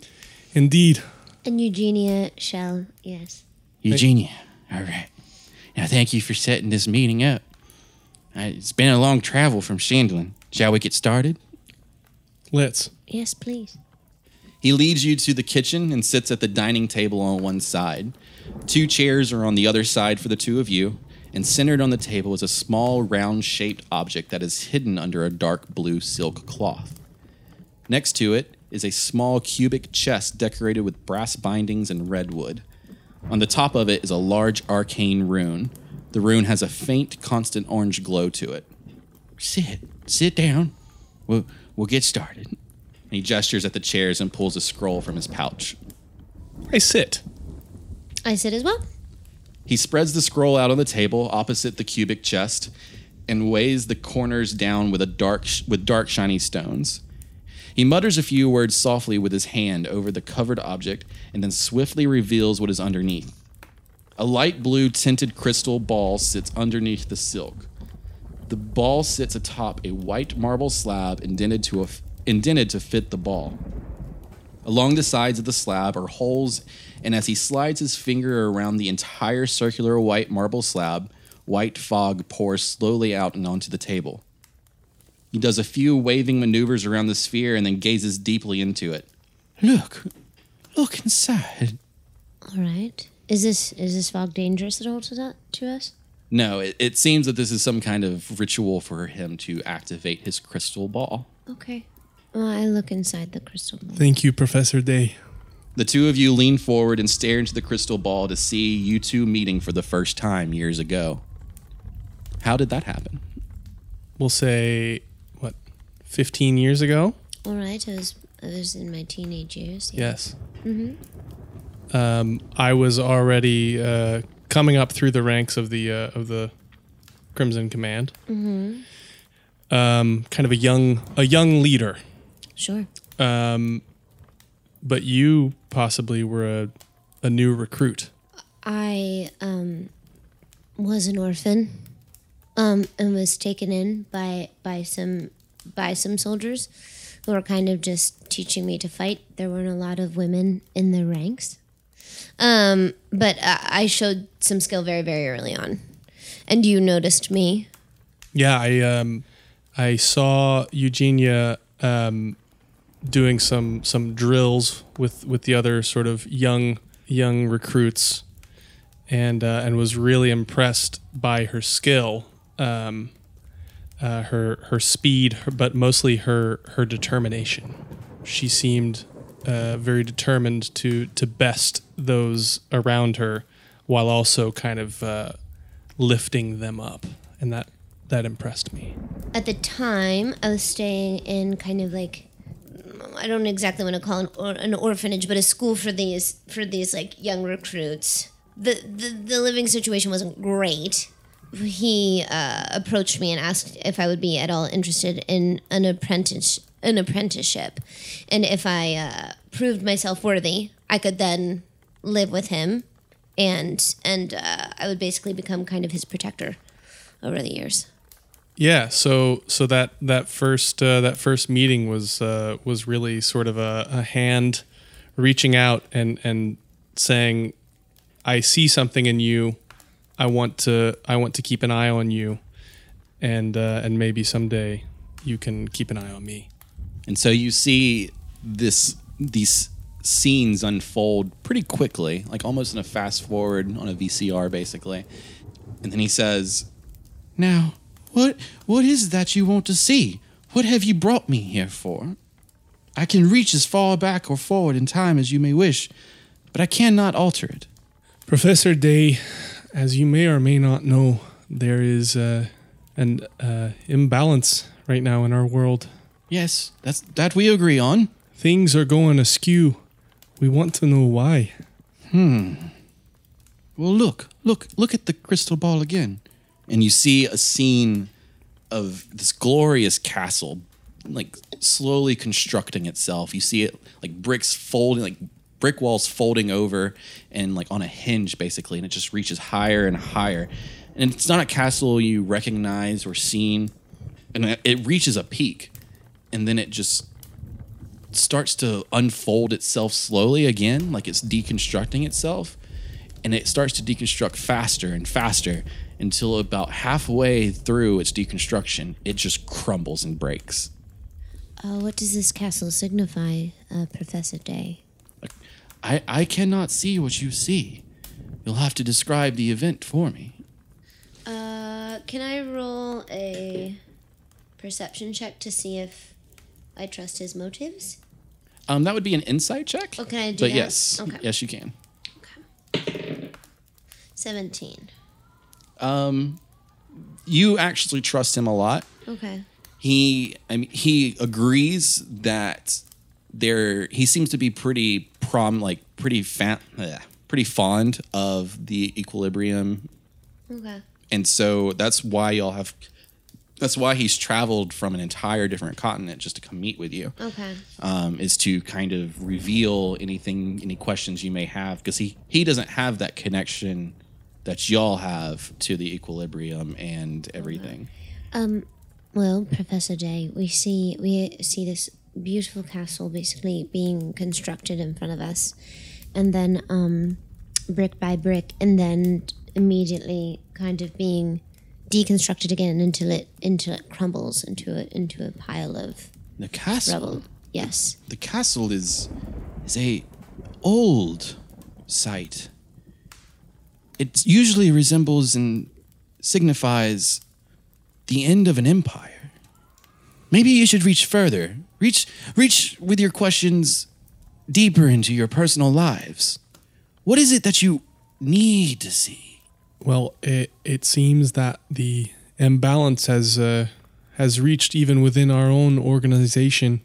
[SPEAKER 3] Indeed.
[SPEAKER 4] And Eugenia Shell. Yes.
[SPEAKER 2] Eugenia. All right. Now, thank you for setting this meeting up. Uh, It's been a long travel from Shandlin. Shall we get started?
[SPEAKER 3] Let's.
[SPEAKER 4] Yes, please.
[SPEAKER 2] He leads you to the kitchen and sits at the dining table on one side. Two chairs are on the other side for the two of you, and centered on the table is a small, round shaped object that is hidden under a dark blue silk cloth. Next to it is a small cubic chest decorated with brass bindings and redwood. On the top of it is a large arcane rune. The rune has a faint, constant orange glow to it. Sit, sit down. We'll, we'll get started. And he gestures at the chairs and pulls a scroll from his pouch.
[SPEAKER 3] I sit.
[SPEAKER 4] I said as well.
[SPEAKER 2] He spreads the scroll out on the table opposite the cubic chest and weighs the corners down with a dark with dark shiny stones. He mutters a few words softly with his hand over the covered object and then swiftly reveals what is underneath. A light blue tinted crystal ball sits underneath the silk. The ball sits atop a white marble slab indented to a f- indented to fit the ball. Along the sides of the slab are holes, and as he slides his finger around the entire circular white marble slab, white fog pours slowly out and onto the table. He does a few waving maneuvers around the sphere and then gazes deeply into it. Look, look inside.
[SPEAKER 4] All right. Is this is this fog dangerous at all to that to us?
[SPEAKER 2] No, it, it seems that this is some kind of ritual for him to activate his crystal ball.
[SPEAKER 4] Okay. Well, I look inside the crystal ball.
[SPEAKER 3] Thank you, Professor Day.
[SPEAKER 2] The two of you lean forward and stare into the crystal ball to see you two meeting for the first time years ago. How did that happen?
[SPEAKER 3] We'll say what, fifteen years ago?
[SPEAKER 4] All right. I was I was in my teenage years. Yeah.
[SPEAKER 3] Yes. Um, I was already uh, coming up through the ranks of the uh, of the Crimson Command. Mm-hmm. Um, kind of a young a young leader,
[SPEAKER 4] Sure.
[SPEAKER 3] but you possibly were a, a new recruit.
[SPEAKER 4] I um was an orphan. Um and was taken in by by some by some soldiers who were kind of just teaching me to fight. There weren't a lot of women in the ranks. Um but I, I showed some skill very very early on. And you noticed me.
[SPEAKER 3] Yeah, I um, I saw Eugenia um, doing some some drills with with the other sort of young young recruits, and uh, and was really impressed by her skill, um, uh, her her speed, her, but mostly her her determination. She seemed uh, very determined to to best those around her, while also kind of uh, lifting them up, and that that impressed me.
[SPEAKER 4] at the time I was staying in kind of like I don't exactly want to call an, or, an orphanage, but a school for these for these like young recruits. The the, the living situation wasn't great. He uh, approached me and asked if I would be at all interested in an apprentice an apprenticeship, and if I uh, proved myself worthy, I could then live with him, and and uh, I would basically become kind of his protector over the years.
[SPEAKER 3] Yeah, so so that that first uh, that first meeting was uh, was really sort of a, a hand reaching out and and saying, "I see something in you. I want to I want to keep an eye on you, and uh, and maybe someday you can keep an eye on me."
[SPEAKER 2] And so you see this these scenes unfold pretty quickly, like almost in a fast forward on a VCR basically. And then he says, "Now, what what is it that you want to see? What have you brought me here for? I can reach as far back or forward in time as you may wish, but I cannot alter it."
[SPEAKER 3] Professor Day, as you may or may not know, there is uh, an uh, imbalance right now in our world.
[SPEAKER 2] Yes, that's that we agree on.
[SPEAKER 3] Things are going askew. We want to know why.
[SPEAKER 2] Well, look, look, look at the crystal ball again. And you see a scene of this glorious castle, like slowly constructing itself. You see it like bricks folding, like brick walls folding over and like on a hinge basically. And it just reaches higher and higher. And it's not a castle you recognize or seen. And it- it reaches a peak. And then it just starts to unfold itself slowly again, like it's deconstructing itself. And it starts to deconstruct faster and faster until about halfway through its deconstruction, it just crumbles and breaks.
[SPEAKER 4] Uh, what does this castle signify, uh, Professor Day?
[SPEAKER 2] I, I cannot see what you see. You'll have to describe the event for me.
[SPEAKER 4] Uh, can I roll a perception check to see if I trust his motives?
[SPEAKER 2] Um, that would be an insight check.
[SPEAKER 4] Oh, can I do
[SPEAKER 2] But
[SPEAKER 4] that?
[SPEAKER 2] yes,
[SPEAKER 4] Okay.
[SPEAKER 2] yes, you can.
[SPEAKER 4] 17.
[SPEAKER 2] You actually trust him a lot.
[SPEAKER 4] Okay.
[SPEAKER 2] he I mean he agrees that there he seems to be pretty prom like pretty fa- bleh, pretty fond of the equilibrium
[SPEAKER 4] Okay.
[SPEAKER 2] and so that's why y'all have that's why he's traveled from an entire different continent just to come meet with you
[SPEAKER 4] Okay.
[SPEAKER 2] um, is to kind of reveal anything any questions you may have because he he doesn't have that connection that y'all have to the equilibrium and everything
[SPEAKER 4] Well, Professor Day, we see we see this beautiful castle basically being constructed in front of us, and then um, brick by brick, and then immediately kind of being deconstructed again until it until it crumbles into a into a pile of
[SPEAKER 2] the castle
[SPEAKER 4] rubble. Yes.
[SPEAKER 2] the castle is is a old sight. It usually resembles and signifies the end of an empire. Maybe you should reach further. Reach, reach with your questions deeper into your personal lives. What is it that you need to see?
[SPEAKER 3] Well, it it seems that the imbalance has uh, has reached even within our own organization,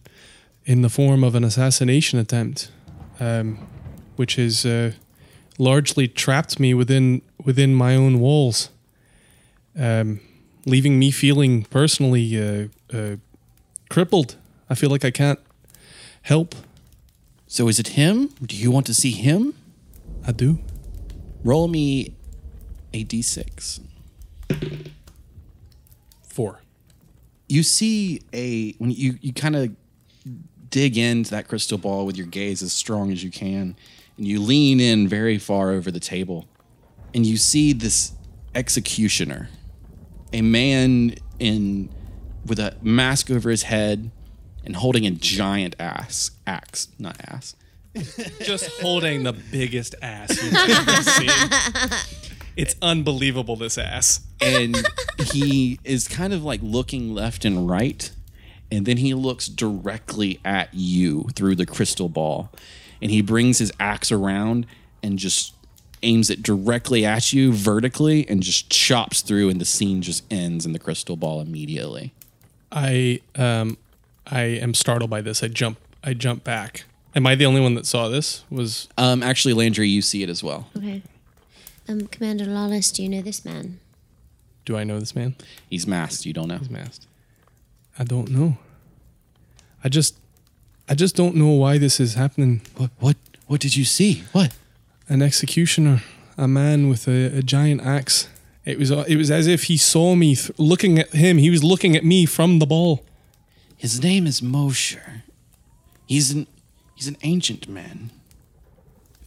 [SPEAKER 3] in the form of an assassination attempt, um, which has uh, largely trapped me within within my own walls, um, leaving me feeling personally uh, uh, crippled. I feel like I can't help.
[SPEAKER 2] So is it him? Do you want to see him?
[SPEAKER 3] I do.
[SPEAKER 2] Roll me a d6.
[SPEAKER 3] Four.
[SPEAKER 2] you see a when you you kind of dig into that crystal ball with your gaze as strong as you can and you lean in very far over the table and you see this executioner a man in with a mask over his head and holding a giant ass axe not ass
[SPEAKER 3] just holding the biggest ass you've ever seen. It's unbelievable, this ass.
[SPEAKER 2] and he is kind of like looking left and right and then he looks directly at you through the crystal ball and he brings his axe around and just aims it directly at you vertically and just chops through and the scene just ends in the crystal ball immediately
[SPEAKER 3] I um, I am startled by this. I jump. I jump back. Am I the only one that saw this? Was
[SPEAKER 2] um actually landry you see it as well
[SPEAKER 4] Okay. Um, Commander Lawless, do you know this man?
[SPEAKER 3] do I know this man?
[SPEAKER 2] he's masked you don't know
[SPEAKER 3] Masked. I don't know. I just, I just don't know why this is happening.
[SPEAKER 2] what what what did you see what
[SPEAKER 3] an executioner, a man with a, a giant axe. It was it was as if he saw me th- looking at him. He was looking at me from the ball.
[SPEAKER 2] his name is mosher he's an he's an ancient man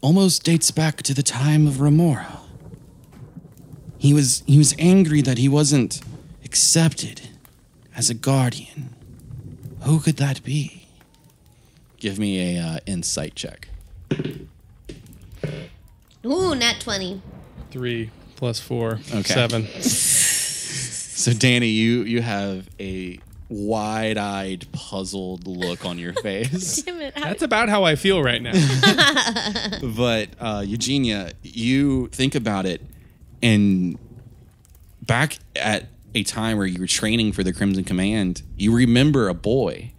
[SPEAKER 2] almost dates back to the time of Remora. He was he was angry that he wasn't accepted as a guardian. Who could that be? Give me a uh, insight check.
[SPEAKER 4] Ooh, not 20.
[SPEAKER 3] Three plus four,
[SPEAKER 2] Okay.
[SPEAKER 3] seven.
[SPEAKER 2] So Danny, you you have a wide-eyed, puzzled look on your face.
[SPEAKER 5] Damn it.
[SPEAKER 3] That's about how I feel right now.
[SPEAKER 2] but uh, Eugenia, you think about it, and back at a time where you were training for the Crimson Command, you remember a boy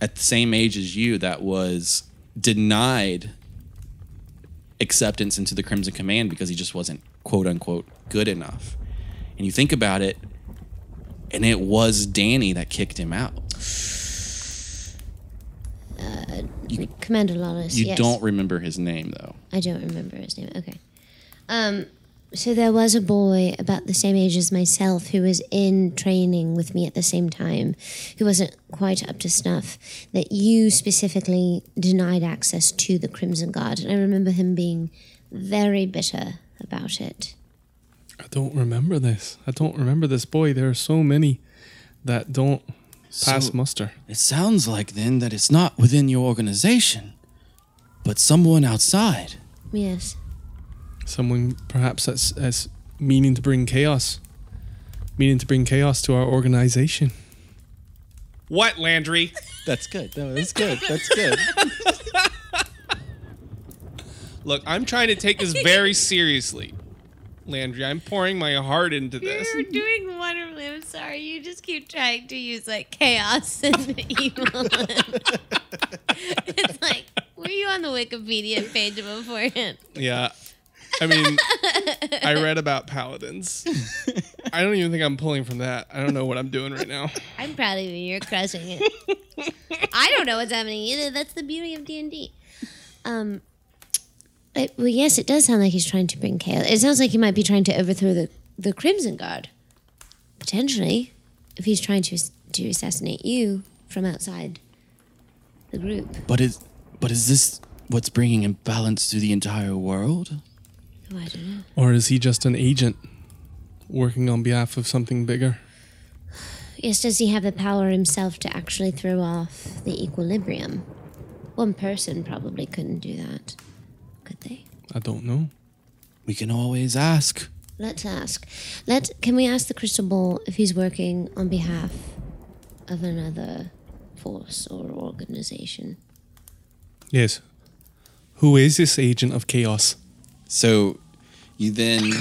[SPEAKER 2] at the same age as you that was denied acceptance into the Crimson Command because he just wasn't quote unquote good enough. And you think about it, and it was Danny that kicked him out.
[SPEAKER 4] Commander Lawless.
[SPEAKER 2] You
[SPEAKER 4] yes.
[SPEAKER 2] don't remember his name though.
[SPEAKER 4] I don't remember his name. Okay. Um, so there was a boy about the same age as myself who was in training with me at the same time, who wasn't quite up to snuff, that you specifically denied access to the Crimson Guard. And I remember him being very bitter about it.
[SPEAKER 3] I don't remember this. I don't remember this boy. There are so many that don't pass
[SPEAKER 2] So-
[SPEAKER 3] muster.
[SPEAKER 2] It sounds like then that it's not within your organization, but someone outside.
[SPEAKER 4] Yes.
[SPEAKER 3] Someone perhaps that's that's meaning to bring chaos, meaning to bring chaos to our organization. What, Landry?
[SPEAKER 2] That's good. No, that's good. That's good.
[SPEAKER 3] Look, I'm trying to take this very seriously, Landry. I'm pouring my heart into this.
[SPEAKER 5] You're doing wonderfully. I'm sorry. You just keep trying to use like chaos and evil. it's like, were you on the Wikipedia page beforehand?
[SPEAKER 3] Yeah. I mean, I read about paladins. I don't even think I'm pulling from that. I don't know what I'm doing right now.
[SPEAKER 4] I'm proud of you. You're crushing it. I don't know what's happening either. That's the beauty of D and D. Um, it- well, yes, it does sound like he's trying to bring chaos. It sounds like he might be trying to overthrow the the Crimson Guard, potentially, if he's trying to ass- to assassinate you from outside the group.
[SPEAKER 2] but is but is this what's bringing imbalance to the entire world?
[SPEAKER 4] Oh, I don't know.
[SPEAKER 3] Or is he just an agent working on behalf of something bigger?
[SPEAKER 4] Yes, does he have the power himself to actually throw off the equilibrium? One person probably couldn't do that, could they?
[SPEAKER 3] I I don't know.
[SPEAKER 2] We can always ask.
[SPEAKER 4] Let's ask. Let can we ask the crystal ball if he's working on behalf of another force or organization?
[SPEAKER 3] Yes. Who is this agent of chaos?
[SPEAKER 2] So you then.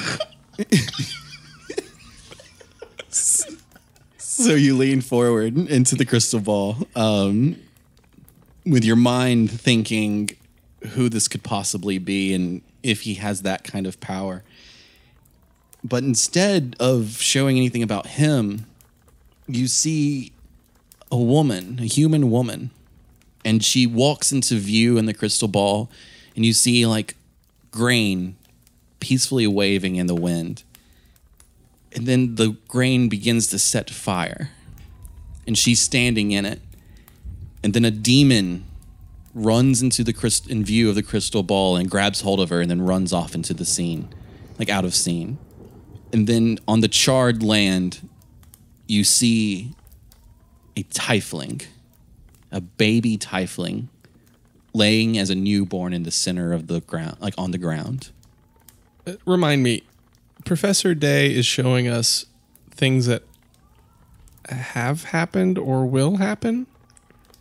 [SPEAKER 2] so you lean forward into the crystal ball um, with your mind thinking who this could possibly be and if he has that kind of power. But instead of showing anything about him, you see a woman, a human woman, and she walks into view in the crystal ball, and you see like grain peacefully waving in the wind. And then the grain begins to set fire, and she's standing in it. And then a demon runs into the crystal in view of the crystal ball and grabs hold of her, and then runs off into the scene, like out of scene. And then on the charred land, you see a tiefling, a baby tiefling, laying as a newborn in the center of the ground, like on the ground.
[SPEAKER 3] Remind me, Professor Day is showing us things that have happened or will happen,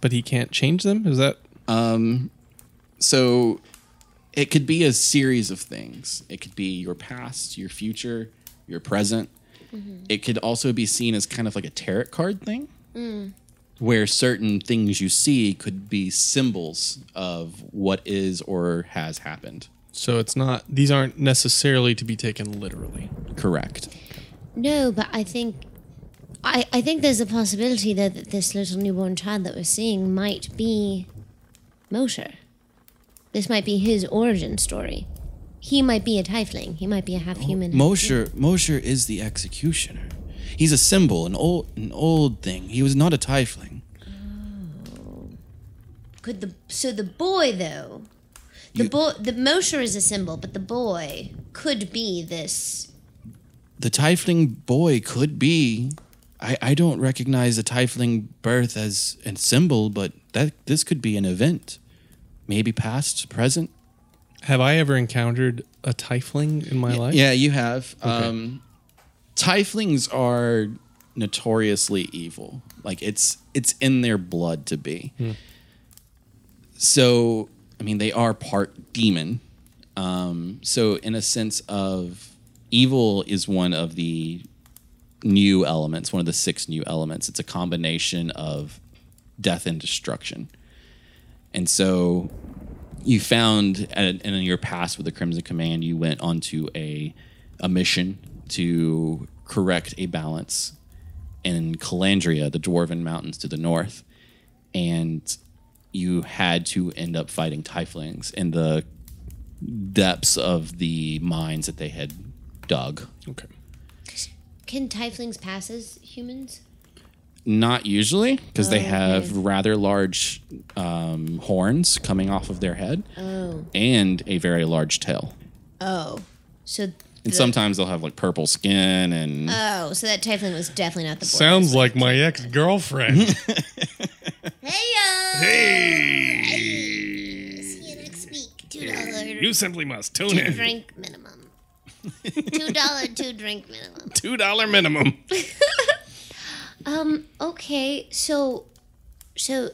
[SPEAKER 3] but he can't change them. Is that
[SPEAKER 2] So it could be a series of things. It could be your past, your future, your present. It could also be seen as kind of like a tarot card thing, where certain things you see could be symbols of what is or has happened.
[SPEAKER 3] so? It's not. These aren't necessarily to be taken literally.
[SPEAKER 2] Correct.
[SPEAKER 4] No, but I think I, I think there's a possibility that, that this little newborn child that we're seeing might be Mosher. This might be his origin story. He might be a tiefling. He might be a half human. half-
[SPEAKER 2] Mosher Mosher is the executioner. He's a symbol, an old an old thing. He was not a tiefling.
[SPEAKER 4] Could the so the boy though, the
[SPEAKER 2] You-
[SPEAKER 4] boy the Mosher is a symbol, but the boy could be this.
[SPEAKER 2] The tiefling boy could be I, I don't recognize the tiefling birth as a symbol, but that this could be an event. Maybe past, present.
[SPEAKER 3] Have I ever encountered a tiefling in my life?
[SPEAKER 2] Yeah, you have. Um, tieflings are notoriously evil. Like it's it's in their blood to be. So I mean, they are part demon. Um, so in a sense of evil is one of the new elements, one of the six new elements. It's a combination of death and destruction. And so you found and in your past with the Crimson Command, you went onto a a mission to correct a balance in Calandria, the Dwarven Mountains to the north, and you had to end up fighting Tieflings in the depths of the mines that they had dug.
[SPEAKER 3] Okay.
[SPEAKER 4] Can tieflings pass as humans?
[SPEAKER 2] Not usually, because they
[SPEAKER 4] Oh,
[SPEAKER 2] have rather large um, horns coming off of their head
[SPEAKER 4] Oh,
[SPEAKER 2] and a very large tail.
[SPEAKER 4] oh, so.
[SPEAKER 2] And
[SPEAKER 4] the-
[SPEAKER 2] sometimes they'll have like purple skin and
[SPEAKER 4] Oh, so that tiefling was definitely not the boy.
[SPEAKER 3] Sounds like my ex girlfriend.
[SPEAKER 4] Heyo! Hey! See you next week. Two dollar
[SPEAKER 3] you simply must tune
[SPEAKER 4] two
[SPEAKER 3] in.
[SPEAKER 4] drink minimum. Two dollar two drink minimum.
[SPEAKER 3] Two dollar minimum.
[SPEAKER 4] Um. Okay. So, so,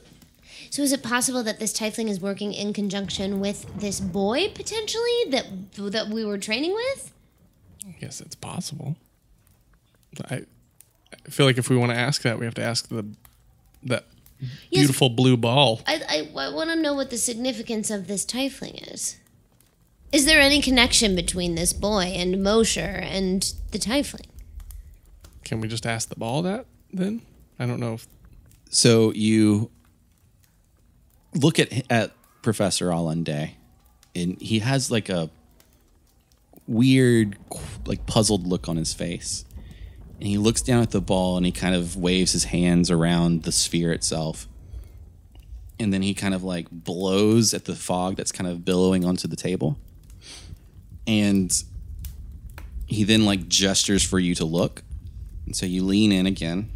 [SPEAKER 4] so is it possible that this tiefling is working in conjunction with this boy potentially that that we were training with?
[SPEAKER 3] Yes, it's possible. I, I feel like if we want to ask that, we have to ask the that
[SPEAKER 4] Yes.
[SPEAKER 3] beautiful blue ball.
[SPEAKER 4] I I, I want to know what the significance of this tiefling is. Is there any connection between this boy and Mosher and the tiefling?
[SPEAKER 3] Can we just ask the ball that then? I don't know if
[SPEAKER 2] So you look at at Professor Allende, and he has like a weird, like puzzled look on his face. And he looks down at the ball and he kind of waves his hands around the sphere itself. And then he kind of like blows at the fog that's kind of billowing onto the table. And he then like gestures for you to look. And so you lean in again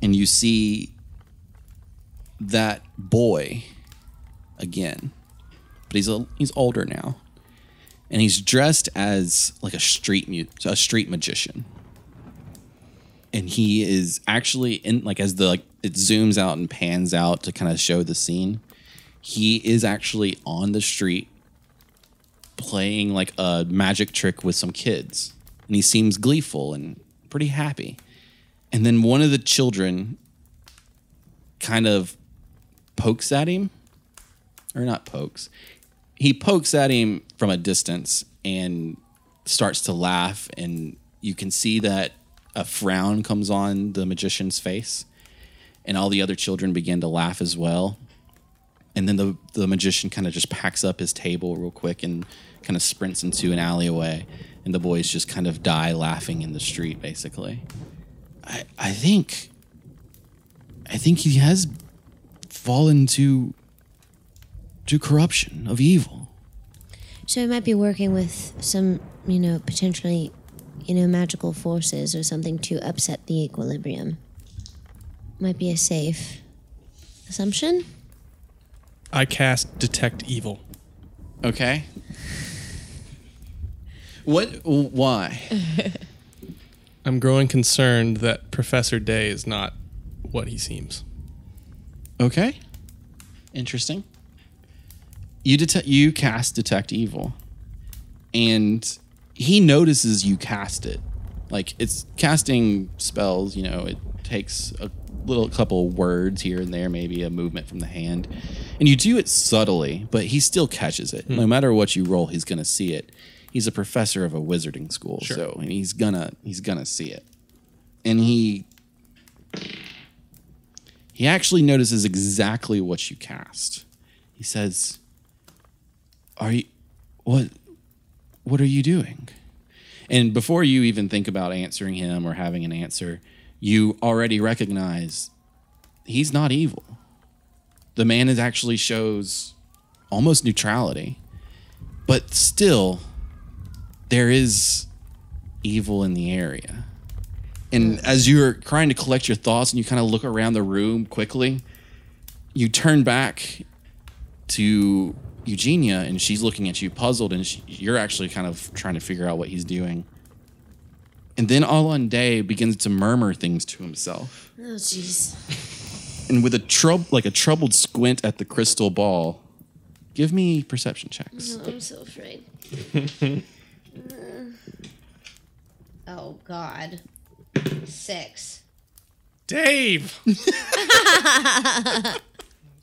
[SPEAKER 2] and you see that boy again, but he's a, he's older now, and he's dressed as like a street mu- a street magician. And he is actually in like as the like it zooms out and pans out to kind of show the scene. He is actually on the street playing like a magic trick with some kids. And he seems gleeful and pretty happy. And then one of the children kind of pokes at him or not pokes. He pokes at him from a distance and starts to laugh, and you can see that a frown comes on the magician's face, and all the other children begin to laugh as well. And then the, the magician kind of just packs up his table real quick and kind of sprints into an alleyway, and the boys just kind of die laughing in the street, basically. I, I think. I think he has fallen to to corruption of evil.
[SPEAKER 4] So he might be working with some, you know, potentially, you know, magical forces or something to upset the equilibrium. Might be a safe assumption.
[SPEAKER 3] I cast detect evil.
[SPEAKER 2] Okay. What? Why?
[SPEAKER 3] I'm growing concerned that Professor Day is not what he seems.
[SPEAKER 2] Okay. Interesting. You detect. You cast detect evil, and he notices you cast it. Like it's casting spells. You know, it takes a little couple words here and there, maybe a movement from the hand, and you do it subtly. But he still catches it. No matter what you roll, he's gonna see it. He's a professor of a wizarding school, so and he's gonna he's gonna see it. And he he actually notices exactly what you cast. He says, "Are you what what are you doing?" And before you even think about answering him or having an answer, you already recognize he's not evil. The man is actually shows almost neutrality, but still there is evil in the area. And as you're trying to collect your thoughts and you kind of look around the room quickly, you turn back to Eugenia and she's looking at you puzzled and she, you're actually kind of trying to figure out what he's doing. And then all on day begins to murmur things to himself.
[SPEAKER 4] Oh, jeez.
[SPEAKER 2] And with a troub like a troubled squint at the crystal ball, give me perception checks.
[SPEAKER 4] I'm so afraid. Uh,
[SPEAKER 5] Oh God. Six.
[SPEAKER 3] Dave!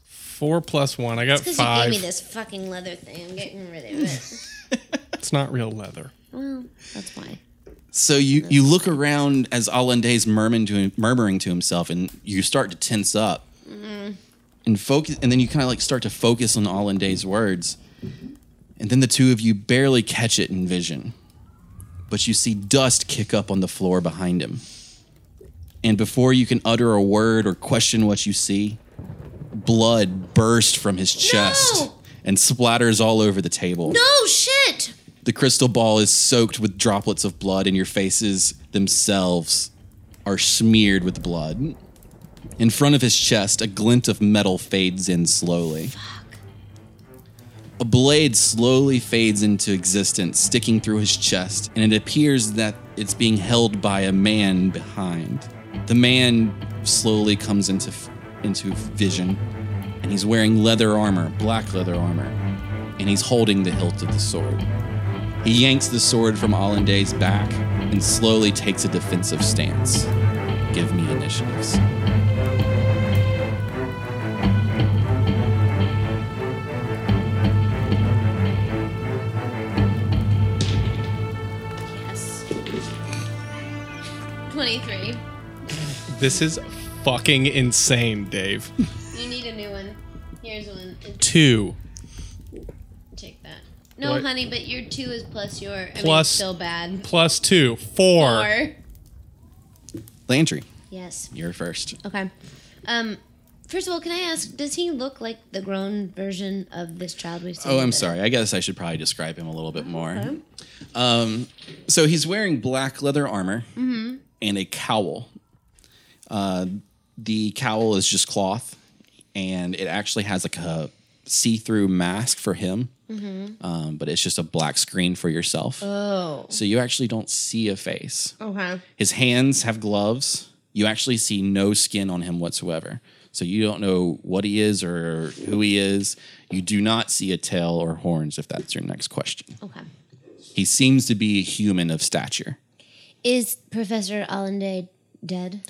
[SPEAKER 3] Four plus one. I got
[SPEAKER 4] Because you gave
[SPEAKER 3] five.
[SPEAKER 4] me this fucking leather thing. I'm getting rid of it.
[SPEAKER 3] It's not real leather.
[SPEAKER 4] well, that's why.
[SPEAKER 2] So you, you look around as Hollandaise murmuring to murmuring to himself, and you start to tense up,
[SPEAKER 4] Mm-hmm.
[SPEAKER 2] and focus, and then you kind of like start to focus on Hollandaise's words, and then the two of you barely catch it in vision, but you see dust kick up on the floor behind him, and before you can utter a word or question what you see, blood bursts from his chest
[SPEAKER 4] No!
[SPEAKER 2] and splatters all over the table.
[SPEAKER 4] No shit!
[SPEAKER 2] The crystal ball is soaked with droplets of blood, and your faces themselves are smeared with blood. In front of his chest, a glint of metal fades in slowly. A blade slowly fades into existence, sticking through his chest, and it appears that it's being held by a man behind. The man slowly comes into f- into vision, and he's wearing leather armor, black leather armor, and he's holding the hilt of the sword. He yanks the sword from Hollandaise back and slowly takes a defensive stance. Give me initiatives.
[SPEAKER 5] Yes. Twenty-three.
[SPEAKER 3] This is fucking insane, Dave.
[SPEAKER 5] You need a new one. Here's one.
[SPEAKER 3] Two.
[SPEAKER 5] Check that. No,
[SPEAKER 3] What?
[SPEAKER 5] honey, but your two is plus your. I mean,
[SPEAKER 3] Plus-
[SPEAKER 5] it's still bad.
[SPEAKER 3] Plus two. Four.
[SPEAKER 5] Four.
[SPEAKER 2] Landry,
[SPEAKER 4] Yes.
[SPEAKER 2] you're first.
[SPEAKER 4] Okay. Um, first of all, can I ask, does he look like the grown version of this child we've seen?
[SPEAKER 2] Oh, I'm
[SPEAKER 4] But-
[SPEAKER 2] sorry. I guess I should probably describe him a little bit more. Um, so he's wearing black leather armor and a cowl. Uh, the cowl is just cloth, and it actually has like a see-through mask for him, um, but it's just a black screen for yourself.
[SPEAKER 4] Oh.
[SPEAKER 2] So you actually don't see a face.
[SPEAKER 4] Okay.
[SPEAKER 2] His hands have gloves. You actually see no skin on him whatsoever. So you don't know what he is or who he is. You do not see a tail or horns if that's your next question.
[SPEAKER 4] Okay.
[SPEAKER 2] He seems to be a human of stature.
[SPEAKER 4] Is Professor Allende dead?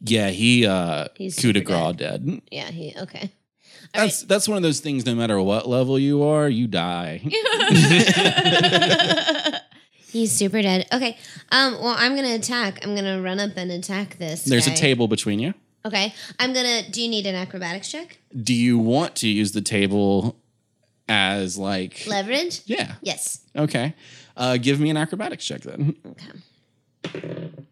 [SPEAKER 2] Yeah, he uh
[SPEAKER 4] He's
[SPEAKER 2] coup de
[SPEAKER 4] super
[SPEAKER 2] grace dead.
[SPEAKER 4] Yeah, he okay.
[SPEAKER 2] That's that's one of those things no matter what level you are, you die.
[SPEAKER 4] He's super dead. Okay. Um well, I'm going to attack. I'm going to run up and attack this.
[SPEAKER 2] There's a
[SPEAKER 4] guy.
[SPEAKER 2] table between you.
[SPEAKER 4] Okay. I'm going to do you need an acrobatics check?
[SPEAKER 2] Do you want to use the table as like
[SPEAKER 4] Leverage?
[SPEAKER 2] Yeah.
[SPEAKER 4] Yes.
[SPEAKER 2] Okay. Uh, give me an acrobatics check then.
[SPEAKER 4] Okay.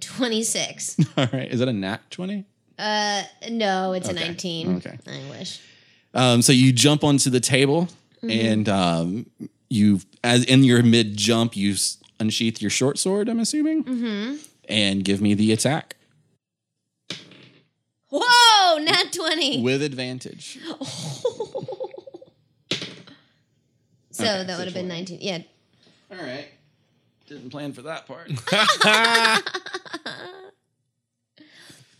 [SPEAKER 4] 26.
[SPEAKER 2] All right. Is that a nat 20?
[SPEAKER 4] Uh no, it's
[SPEAKER 2] Okay.
[SPEAKER 4] a 19.
[SPEAKER 2] Okay.
[SPEAKER 4] I wish.
[SPEAKER 2] Um, so you jump onto the table and um, you, as in your mid jump, you s- unsheath your short sword, I'm assuming, and give me the attack
[SPEAKER 4] Whoa, not 20.
[SPEAKER 2] with advantage.
[SPEAKER 4] so that would have been 19. Yeah.
[SPEAKER 2] All right. Didn't plan for that part.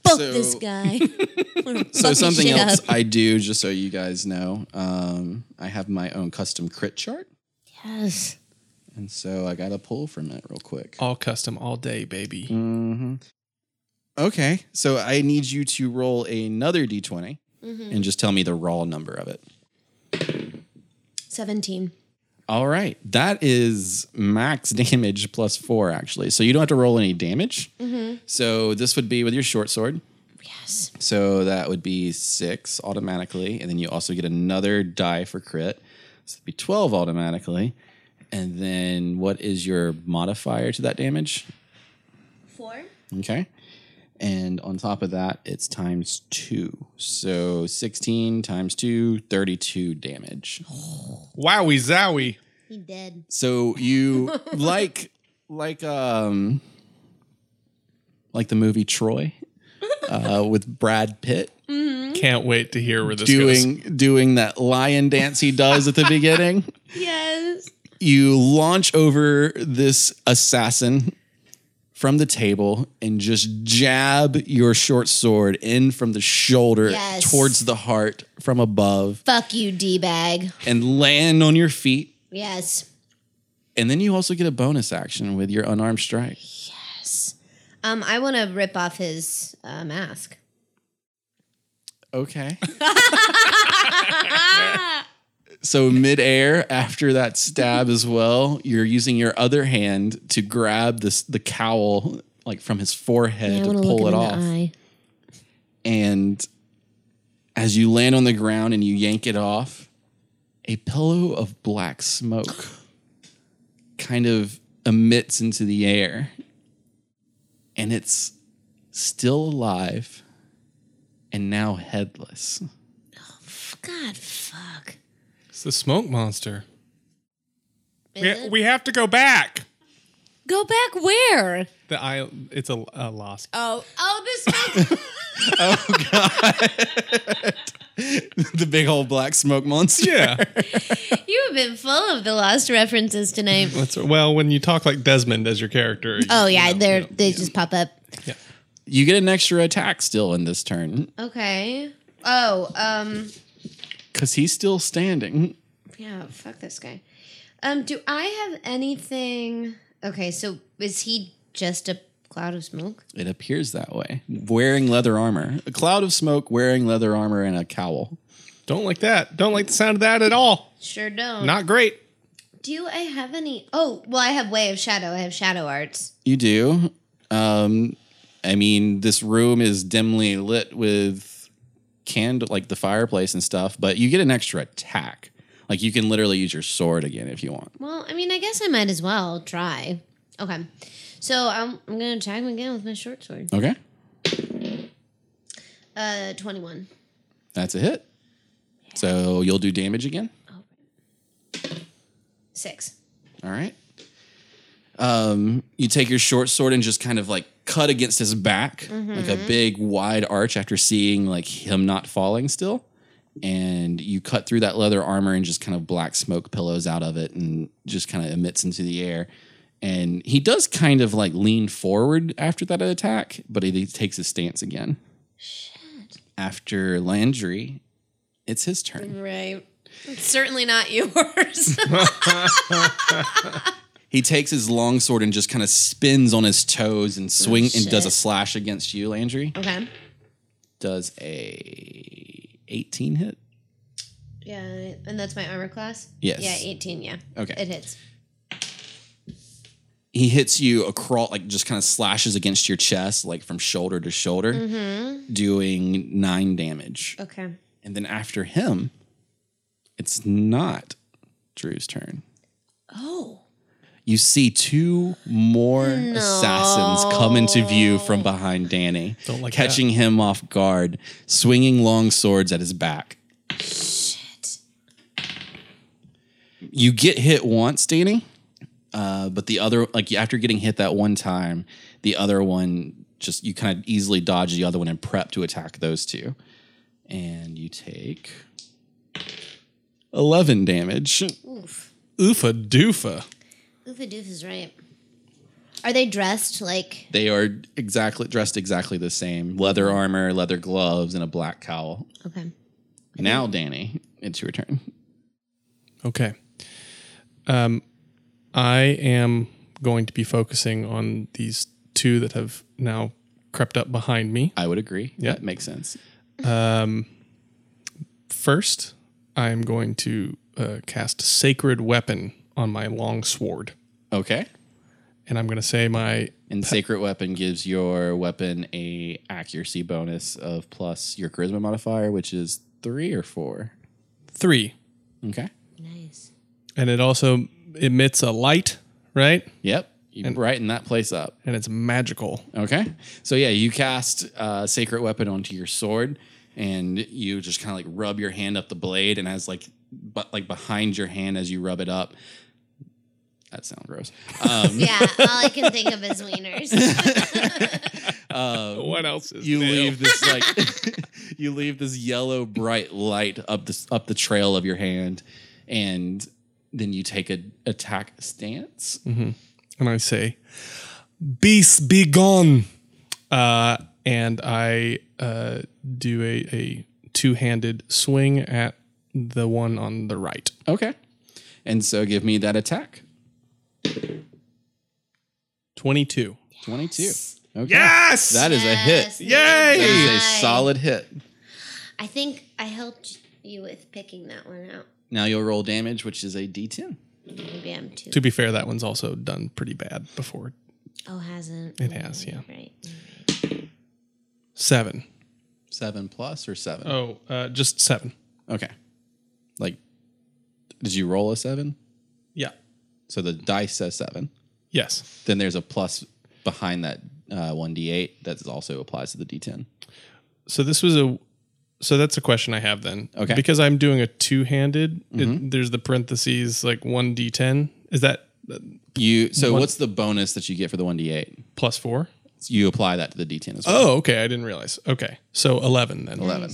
[SPEAKER 4] Fuck
[SPEAKER 2] So-
[SPEAKER 4] this guy.
[SPEAKER 2] so something
[SPEAKER 4] shit
[SPEAKER 2] else
[SPEAKER 4] up.
[SPEAKER 2] I do, just so you guys know, um, I have my own custom crit chart.
[SPEAKER 4] yes.
[SPEAKER 2] And so I got to pull from it real quick. Mm-hmm.
[SPEAKER 3] All custom, all day, baby.
[SPEAKER 2] Okay. So I need you to roll another d20 and just tell me the raw number of it.
[SPEAKER 4] 17.
[SPEAKER 2] All right. That is max damage plus four, actually. So you don't have to roll any damage. So this would be with your short sword.
[SPEAKER 4] Mm-hmm. Yes.
[SPEAKER 2] So that would be six automatically. And then you also get another die for crit. So it'd be 12 automatically. And then what is your modifier to that damage?
[SPEAKER 4] Four?
[SPEAKER 2] Okay. And on top of that, it's times two. So 16 times two, 32 damage.
[SPEAKER 3] Wowie zowie.
[SPEAKER 4] He dead.
[SPEAKER 2] So you like like um like the movie Troy uh, with Brad Pitt
[SPEAKER 3] Can't wait to hear where this goes.
[SPEAKER 2] doing doing that lion dance he does at the beginning.
[SPEAKER 5] Yes.
[SPEAKER 2] You launch over this assassin from the table and just jab your short sword in from the shoulder
[SPEAKER 4] Yes.
[SPEAKER 2] towards the heart from above
[SPEAKER 4] Fuck you, D bag.
[SPEAKER 2] and land on your feet.
[SPEAKER 4] Yes.
[SPEAKER 2] And then you also get a bonus action with your unarmed strike.
[SPEAKER 4] Um, I want to rip off his uh, mask.
[SPEAKER 2] Okay. so midair, after that stab as well, you're using your other hand to grab this the cowl like from his forehead
[SPEAKER 4] Yeah, I
[SPEAKER 2] to
[SPEAKER 4] want to look
[SPEAKER 2] pull
[SPEAKER 4] him
[SPEAKER 2] it
[SPEAKER 4] in
[SPEAKER 2] off.
[SPEAKER 4] the eye.
[SPEAKER 2] And as you land on the ground and you yank it off, a pillow of black smoke kind of emits into the air. And it's still alive and now headless.
[SPEAKER 4] God, fuck.
[SPEAKER 3] It's the smoke monster.
[SPEAKER 4] Is
[SPEAKER 3] We,
[SPEAKER 4] it?
[SPEAKER 3] we have to go back.
[SPEAKER 4] Go back where?
[SPEAKER 3] The I, it's a, a lost.
[SPEAKER 4] Oh, oh, the smoke.
[SPEAKER 2] the big old black smoke monster.
[SPEAKER 3] Yeah.
[SPEAKER 4] you have been full of the lost references tonight.
[SPEAKER 3] That's well, when you talk like Desmond as your character. you-
[SPEAKER 4] Oh yeah,
[SPEAKER 3] you know,
[SPEAKER 4] they're
[SPEAKER 3] you know.
[SPEAKER 4] they just pop up.
[SPEAKER 2] You get an extra attack still in this turn
[SPEAKER 4] Okay. Oh, um,
[SPEAKER 2] because he's still standing.
[SPEAKER 4] yeah. Fuck this guy. Um, do I have anything? Okay, so is he just a cloud of smoke?
[SPEAKER 2] It appears that way. Wearing leather armor. A cloud of smoke, wearing leather armor, and a cowl.
[SPEAKER 3] Don't like that. Don't like the sound of that at all.
[SPEAKER 4] Sure don't.
[SPEAKER 3] Not great.
[SPEAKER 4] do I have any? Oh, well, I have way of shadow. I have shadow arts.
[SPEAKER 2] You do. Um, I mean, this room is dimly lit with candle, like the fireplace and stuff. But you get an extra attack. Like you can literally use your sword again if you want.
[SPEAKER 4] Well, I mean, I guess I might as well try. Okay, so I'm I'm gonna attack him again with my short sword.
[SPEAKER 2] Okay,
[SPEAKER 4] Uh, twenty one.
[SPEAKER 2] that's a hit. So you'll do damage again.
[SPEAKER 4] Six.
[SPEAKER 2] All right. Um, you take your short sword and just kind of like cut against his back, like a big wide arch after seeing like him not falling still, and you cut through that leather armor and just kind of black smoke pillows out of it and just kind of emits into the air. And he does kind of like lean forward after that attack, but he takes his stance again. After Landry, it's his turn.
[SPEAKER 5] Right. It's certainly not yours.
[SPEAKER 2] He takes his long sword and just kind of spins on his toes
[SPEAKER 5] Oh,
[SPEAKER 2] and swing and does a slash against you, Landry.
[SPEAKER 5] okay.
[SPEAKER 2] Does a 18 hit?
[SPEAKER 5] Yeah, and that's my armor class.
[SPEAKER 2] Yes.
[SPEAKER 5] Yeah, eighteen. Yeah.
[SPEAKER 2] Okay.
[SPEAKER 5] It hits.
[SPEAKER 2] he hits you across like just kind of slashes against your chest like from shoulder to shoulder
[SPEAKER 5] Mm-hmm.
[SPEAKER 2] doing nine damage
[SPEAKER 5] Okay.
[SPEAKER 2] and then after him it's not drew's turn
[SPEAKER 5] Oh.
[SPEAKER 2] you see two more assassins come into view from behind danny
[SPEAKER 3] Don't like
[SPEAKER 2] catching him off guard swinging long swords at his back Shit. you get hit once danny uh, but the other like after getting hit that one time the other one just you kind of easily dodge the other one and prep to attack those two and you take 11 damage
[SPEAKER 3] Oofa doofa.
[SPEAKER 4] Oofa doof is right. Are they dressed like
[SPEAKER 2] They are exactly dressed exactly the same: leather armor, leather gloves, and a black cowl.
[SPEAKER 4] okay?
[SPEAKER 2] Now, Danny, it's your turn.
[SPEAKER 3] Okay. Um, I am going to be focusing on these two that have now crept up behind me.
[SPEAKER 2] I would agree.
[SPEAKER 3] Yeah.
[SPEAKER 2] that makes sense.
[SPEAKER 3] First, I am going to uh, cast Sacred Weapon on my long sword,
[SPEAKER 2] Okay.
[SPEAKER 3] and I'm going to say my
[SPEAKER 2] And sacred weapon gives your weapon a accuracy bonus of plus your charisma modifier, which is three or four.
[SPEAKER 3] three,
[SPEAKER 2] Okay.
[SPEAKER 4] Nice.
[SPEAKER 3] and it also emits a light, right?
[SPEAKER 2] Yep. You brighten that place up.
[SPEAKER 3] And it's magical.
[SPEAKER 2] Okay. So yeah, you cast uh, sacred weapon onto your sword, and you just kind of like rub your hand up the blade, and as like but like behind your hand as you rub it up. That sounds gross. Um,
[SPEAKER 4] Yeah, all I can think of is wieners.
[SPEAKER 3] Uh, What else is
[SPEAKER 2] you leave this like you leave this yellow bright light up this up the trail of your hand, and then you take a attack stance.
[SPEAKER 3] and I say, "Beast, be gone!" Uh, and I uh, do a, a two-handed swing at the one on the right.
[SPEAKER 2] Okay. And so give me that attack.
[SPEAKER 3] Twenty-two.
[SPEAKER 2] 22. Okay.
[SPEAKER 3] Yes!
[SPEAKER 2] That is a hit.
[SPEAKER 4] Yes,
[SPEAKER 3] Yay!
[SPEAKER 2] That is a
[SPEAKER 4] nice.
[SPEAKER 2] solid hit.
[SPEAKER 4] I think I helped you with picking that one out.
[SPEAKER 2] Now you'll roll damage, which is a d10.
[SPEAKER 4] Maybe I'm too.
[SPEAKER 3] to be fair, that one's also done pretty bad before.
[SPEAKER 4] oh, hasn't.
[SPEAKER 3] It has, yeah.
[SPEAKER 4] Right.
[SPEAKER 3] Seven.
[SPEAKER 2] Seven plus or seven?
[SPEAKER 3] Oh, uh, just seven.
[SPEAKER 2] Okay. Like, did you roll a seven?
[SPEAKER 3] Yeah.
[SPEAKER 2] So the dice says seven.
[SPEAKER 3] Yes.
[SPEAKER 2] Then there's a plus behind that uh, 1d8 that also applies to the d10.
[SPEAKER 3] So this was a. So that's a question I have then.
[SPEAKER 2] Okay. Mm-hmm.
[SPEAKER 3] Because I'm doing a two-handed. It, there's the parentheses like one d10. Is that uh,
[SPEAKER 2] You So what's the bonus that you get for the 1d8?
[SPEAKER 3] plus four?
[SPEAKER 2] You apply that to the d10 as well.
[SPEAKER 3] Oh, okay. I didn't realize. Okay. So 11 then.
[SPEAKER 2] 11.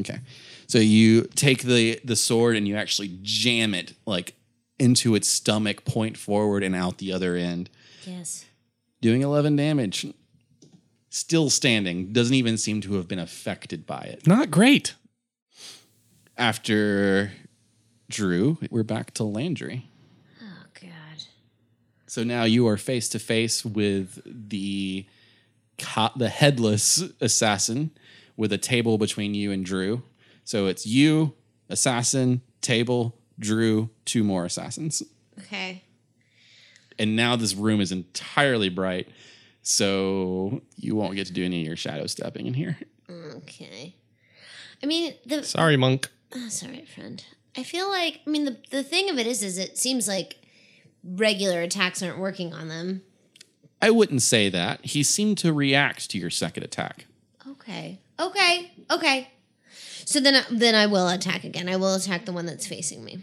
[SPEAKER 2] Okay. So you take the the sword and you actually jam it like into its stomach, point forward and out the other end,
[SPEAKER 4] Yes.
[SPEAKER 2] doing 11 damage. Still standing, doesn't even seem to have been affected by it.
[SPEAKER 3] Not great.
[SPEAKER 2] After Drew, we're back to Landry.
[SPEAKER 4] Oh God.
[SPEAKER 2] So now you are face to face with the co- the headless assassin with a table between you and Drew. So it's you, assassin, table, Drew, two more assassins.
[SPEAKER 5] Okay.
[SPEAKER 2] And now this room is entirely bright. So you won't get to do any of your shadow stepping in here.
[SPEAKER 4] Okay. I mean, the
[SPEAKER 3] Sorry, monk.
[SPEAKER 4] Oh, sorry, friend. I feel like I mean the the thing of it is is it seems like regular attacks aren't working on them.
[SPEAKER 2] I wouldn't say that. He seemed to react to your second attack.
[SPEAKER 4] Okay. Okay. Okay. So then I, then I will attack again. I will attack the one that's facing me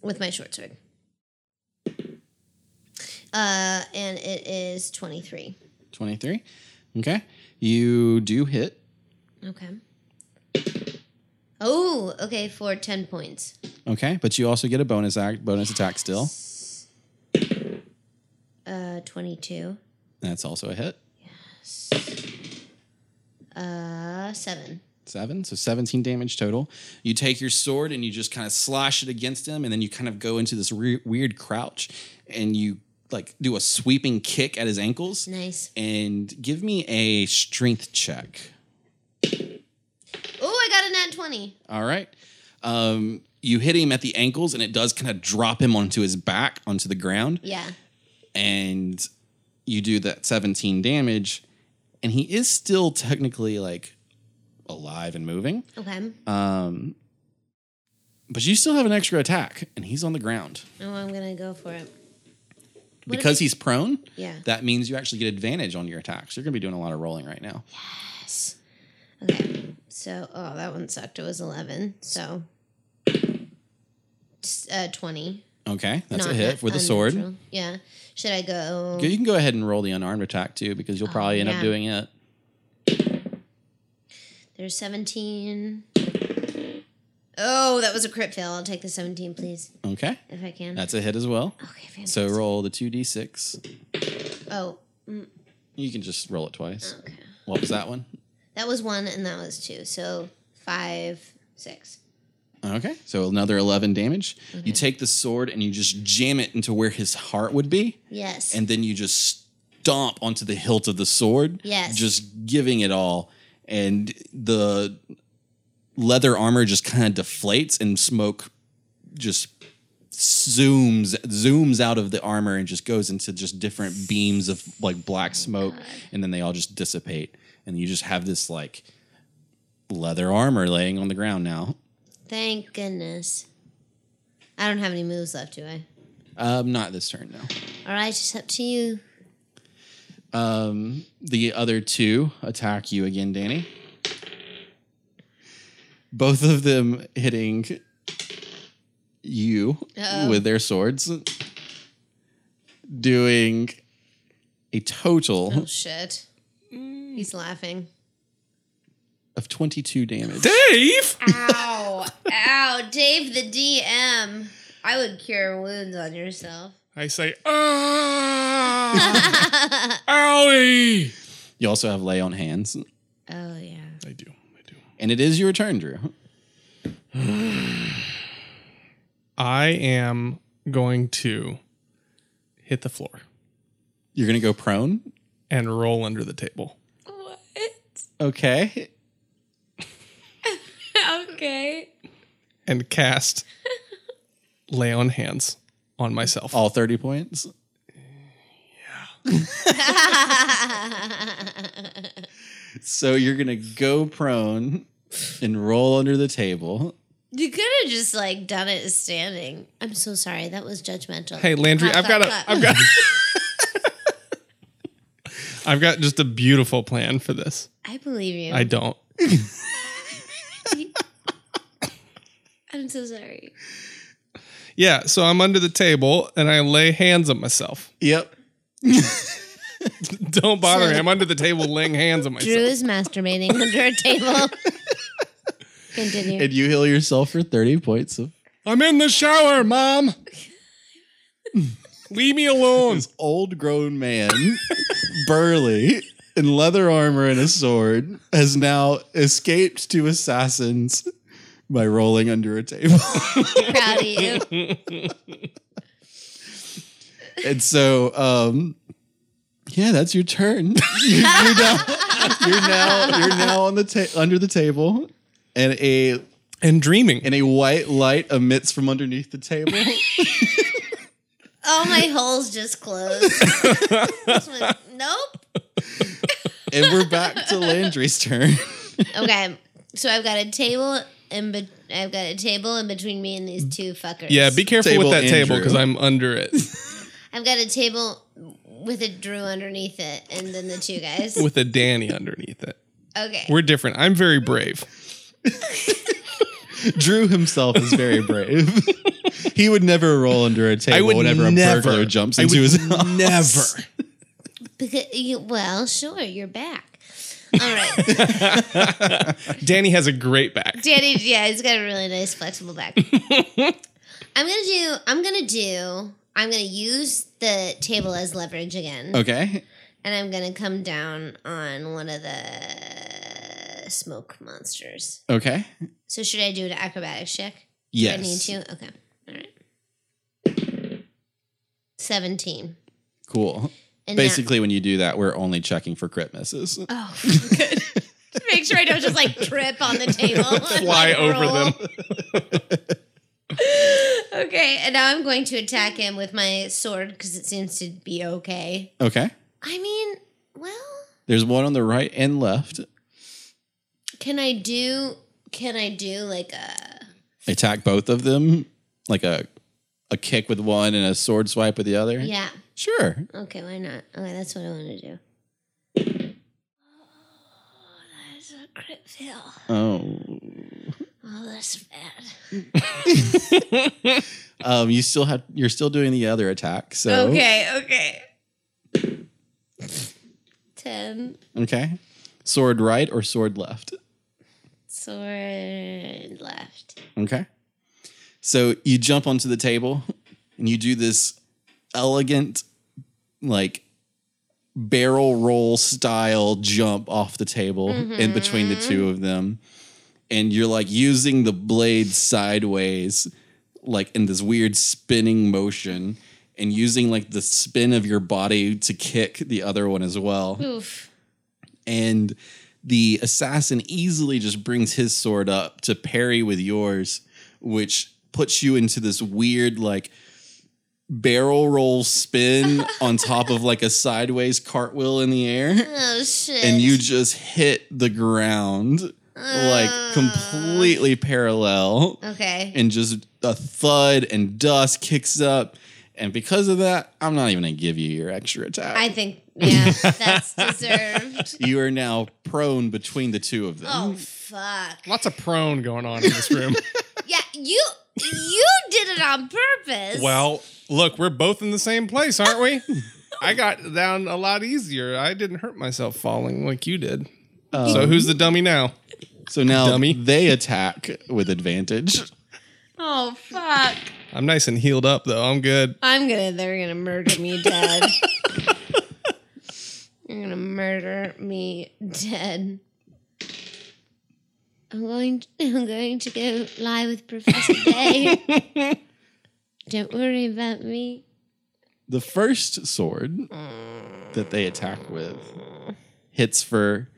[SPEAKER 4] with my short sword. Uh and it is 23.
[SPEAKER 2] 23. Okay. You do hit.
[SPEAKER 4] Okay. Oh, okay, for 10 points.
[SPEAKER 2] Okay, but you also get a bonus act, bonus attack still.
[SPEAKER 4] Uh, 22.
[SPEAKER 2] That's also a hit.
[SPEAKER 4] Uh, 7.
[SPEAKER 2] Seven, so 17 damage total. You take your sword and you just kind of slash it against him, and then you kind of go into this re- weird crouch and you like do a sweeping kick at his ankles.
[SPEAKER 4] Nice.
[SPEAKER 2] And give me a strength check.
[SPEAKER 4] Oh, I got a nat 20.
[SPEAKER 2] All right. Um, you hit him at the ankles, and it does kind of drop him onto his back, onto the ground.
[SPEAKER 4] Yeah.
[SPEAKER 2] and you do that 17 damage, and he is still technically like alive and moving.
[SPEAKER 4] Okay.
[SPEAKER 2] Um, but you still have an extra attack, and he's on the ground.
[SPEAKER 4] Oh, I'm going to go for it. What if
[SPEAKER 2] because
[SPEAKER 4] I-
[SPEAKER 2] he's prone,
[SPEAKER 4] Yeah.
[SPEAKER 2] that means you actually get advantage on your attacks. You're going to be doing a lot of rolling right now.
[SPEAKER 4] Okay. So, oh, that one sucked. It was 11. So, s- uh, 20.
[SPEAKER 2] Okay, that's
[SPEAKER 4] Not
[SPEAKER 2] a hit
[SPEAKER 4] nat-
[SPEAKER 2] with a sword.
[SPEAKER 4] unnatural. Yeah. Should I go?
[SPEAKER 2] You can go ahead and roll the unarmed attack too, because you'll probably end up
[SPEAKER 4] Oh, yeah.
[SPEAKER 2] doing it.
[SPEAKER 4] There's 17. Oh, that was a crit fail. I'll take the 17, please,
[SPEAKER 2] Okay,
[SPEAKER 4] if I can.
[SPEAKER 2] that's a hit as well.
[SPEAKER 4] okay, fantastic.
[SPEAKER 2] So roll the 2d6.
[SPEAKER 4] oh,
[SPEAKER 2] You can just roll it twice.
[SPEAKER 4] okay.
[SPEAKER 2] What was that one?
[SPEAKER 4] That was one and that was two. So five, six.
[SPEAKER 2] Okay, so another 11 damage. You take the sword and you just jam it into where his heart would be,
[SPEAKER 4] Yes.
[SPEAKER 2] and then you just stomp onto the hilt of the sword.
[SPEAKER 4] Yes.
[SPEAKER 2] Just giving it all. And the leather armor just kind of deflates, and smoke just zooms zooms out of the armor and just goes into just different beams of like black smoke and then they all just dissipate and you just have this like leather armor laying on the ground now
[SPEAKER 4] Thank goodness. I don't have any moves left, do I?
[SPEAKER 2] Um, not this turn, no.
[SPEAKER 4] All right, just up to you.
[SPEAKER 2] Um, the other two attack you again, Danny. Both of them hitting you
[SPEAKER 4] Uh-oh.
[SPEAKER 2] with their swords, doing a total
[SPEAKER 4] Oh, shit.
[SPEAKER 5] Mm.
[SPEAKER 4] He's laughing.
[SPEAKER 2] of 22 damage.
[SPEAKER 3] Dave!
[SPEAKER 4] Ow. Ow. Dave, the DM. I would cure wounds on yourself.
[SPEAKER 3] I say, ah! Owie!
[SPEAKER 2] You also have lay on hands,
[SPEAKER 4] Oh, yeah.
[SPEAKER 3] I do. I do.
[SPEAKER 2] and it is your turn, Drew.
[SPEAKER 3] I am going to hit the floor
[SPEAKER 2] You're gonna go prone.
[SPEAKER 3] and roll under the table.
[SPEAKER 5] What?
[SPEAKER 2] Okay.
[SPEAKER 5] okay.
[SPEAKER 3] and cast lay on hands on myself.
[SPEAKER 2] All 30 points. so you're gonna go prone and roll under the table.
[SPEAKER 4] You could have just like done it standing. I'm so sorry. That was judgmental.
[SPEAKER 3] Hey Landry,
[SPEAKER 4] Clap,
[SPEAKER 3] I've got
[SPEAKER 4] clap, clap.
[SPEAKER 3] a I've got I've got just a beautiful plan for this.
[SPEAKER 4] I believe you.
[SPEAKER 3] I don't.
[SPEAKER 5] I'm so sorry.
[SPEAKER 3] Yeah, so I'm under the table and I lay hands on myself.
[SPEAKER 2] Yep.
[SPEAKER 3] Don't bother
[SPEAKER 4] So-
[SPEAKER 3] me. I'm under the table laying hands on
[SPEAKER 4] Drew
[SPEAKER 3] myself.
[SPEAKER 4] is masturbating under a table. Continue.
[SPEAKER 2] And you heal yourself for 30 points of
[SPEAKER 3] I'm in the shower, mom. Leave me alone.
[SPEAKER 2] this old grown man, burly, in leather armor and a sword, has now escaped to assassins by rolling under a table.
[SPEAKER 4] Proud of you.
[SPEAKER 2] and so, um, yeah, that's your turn. You- you're, now, you're now you're now on the ta- under the table, and a
[SPEAKER 3] And dreaming.
[SPEAKER 2] and a white light emits from underneath the table.
[SPEAKER 4] All my holes just closed. This one- nope.
[SPEAKER 2] and we're back to Landry's turn.
[SPEAKER 4] Okay. So I've got a table and be- I've got a table in between me and these two fuckers.
[SPEAKER 3] yeah, be careful
[SPEAKER 2] Table
[SPEAKER 3] with that
[SPEAKER 2] and
[SPEAKER 3] table
[SPEAKER 2] Drew.
[SPEAKER 3] because I'm under it
[SPEAKER 4] I've got a table with a Drew underneath it, and then the two guys.
[SPEAKER 3] with a Danny underneath it.
[SPEAKER 4] Okay.
[SPEAKER 3] We're different. I'm very brave.
[SPEAKER 2] Drew himself is very brave. he would never roll under a table
[SPEAKER 3] I would
[SPEAKER 2] whenever
[SPEAKER 3] never-
[SPEAKER 2] a burglar jumps
[SPEAKER 3] I
[SPEAKER 2] into
[SPEAKER 3] would
[SPEAKER 2] his house.
[SPEAKER 3] Never.
[SPEAKER 4] Because you, well, sure, you're back. All right.
[SPEAKER 3] Danny has a great back.
[SPEAKER 4] Danny, yeah, he's got a really nice flexible back. I'm gonna do. I'm gonna do. I'm gonna use the table as leverage again,
[SPEAKER 2] Okay.
[SPEAKER 4] and I'm gonna come down on one of the smoke monsters.
[SPEAKER 2] Okay.
[SPEAKER 4] So should I do an acrobatics check? Do I
[SPEAKER 2] Yes.
[SPEAKER 4] need to. Okay. All right. Seventeen.
[SPEAKER 2] Cool.
[SPEAKER 4] And now-
[SPEAKER 2] Basically, when you do that, we're only checking for crit misses.
[SPEAKER 4] oh, good.
[SPEAKER 5] Make sure I don't just like trip on the table. and,
[SPEAKER 3] Fly
[SPEAKER 5] like,
[SPEAKER 3] over
[SPEAKER 5] roll.
[SPEAKER 3] them.
[SPEAKER 4] okay, and now I'm going to attack him with my sword because it seems to be okay.
[SPEAKER 2] Okay.
[SPEAKER 4] I mean, well.
[SPEAKER 2] There's one on the right and left.
[SPEAKER 4] Can I do? Can I do like a?
[SPEAKER 2] Attack both of them, like a a kick with one and a sword swipe with the other.
[SPEAKER 4] Yeah.
[SPEAKER 2] Sure.
[SPEAKER 4] Okay. Why not? Okay, that's what I want to do. Oh,
[SPEAKER 5] That's a crit fail.
[SPEAKER 2] Oh.
[SPEAKER 4] Oh, that's bad.
[SPEAKER 2] Um. You still have. You're still doing the other attack. So.
[SPEAKER 5] Okay, okay.
[SPEAKER 4] Ten
[SPEAKER 2] Okay. Sword right or sword left.
[SPEAKER 4] sword left.
[SPEAKER 2] Okay. So you jump onto the table and you do this elegant, like barrel roll style jump off the table in between the two of them. And you're like using the blade sideways, like in this weird spinning motion, and using like the spin of your body to kick the other one as well
[SPEAKER 4] Oof.
[SPEAKER 2] and the assassin easily just brings his sword up to parry with yours, which puts you into this weird like barrel roll spin on top of like a sideways cartwheel in the air.
[SPEAKER 4] Oh shit.
[SPEAKER 2] And you just hit the ground like completely parallel
[SPEAKER 4] Okay.
[SPEAKER 2] and just a thud and dust kicks up. And because of that, I'm not even gonna give you your extra attack.
[SPEAKER 4] I think yeah, that's deserved.
[SPEAKER 2] you are now prone between the two of them.
[SPEAKER 4] Oh
[SPEAKER 3] Mm.
[SPEAKER 4] fuck.
[SPEAKER 3] Lots of prone going on in this room.
[SPEAKER 4] Yeah, you you did it on purpose.
[SPEAKER 3] well, look, we're both in the same place, aren't we? I got down a lot easier. I didn't hurt myself falling like you did. so who's the dummy now?
[SPEAKER 2] So now
[SPEAKER 3] Dummy.
[SPEAKER 2] they attack with advantage.
[SPEAKER 5] Oh fuck.
[SPEAKER 3] I'm nice and healed up though. I'm good.
[SPEAKER 4] I'm gonna. They're gonna murder me dead. You're gonna murder me dead. I'm going. I'm going to go lie with Professor Day. Don't worry about me.
[SPEAKER 2] The first sword that they attack with hits for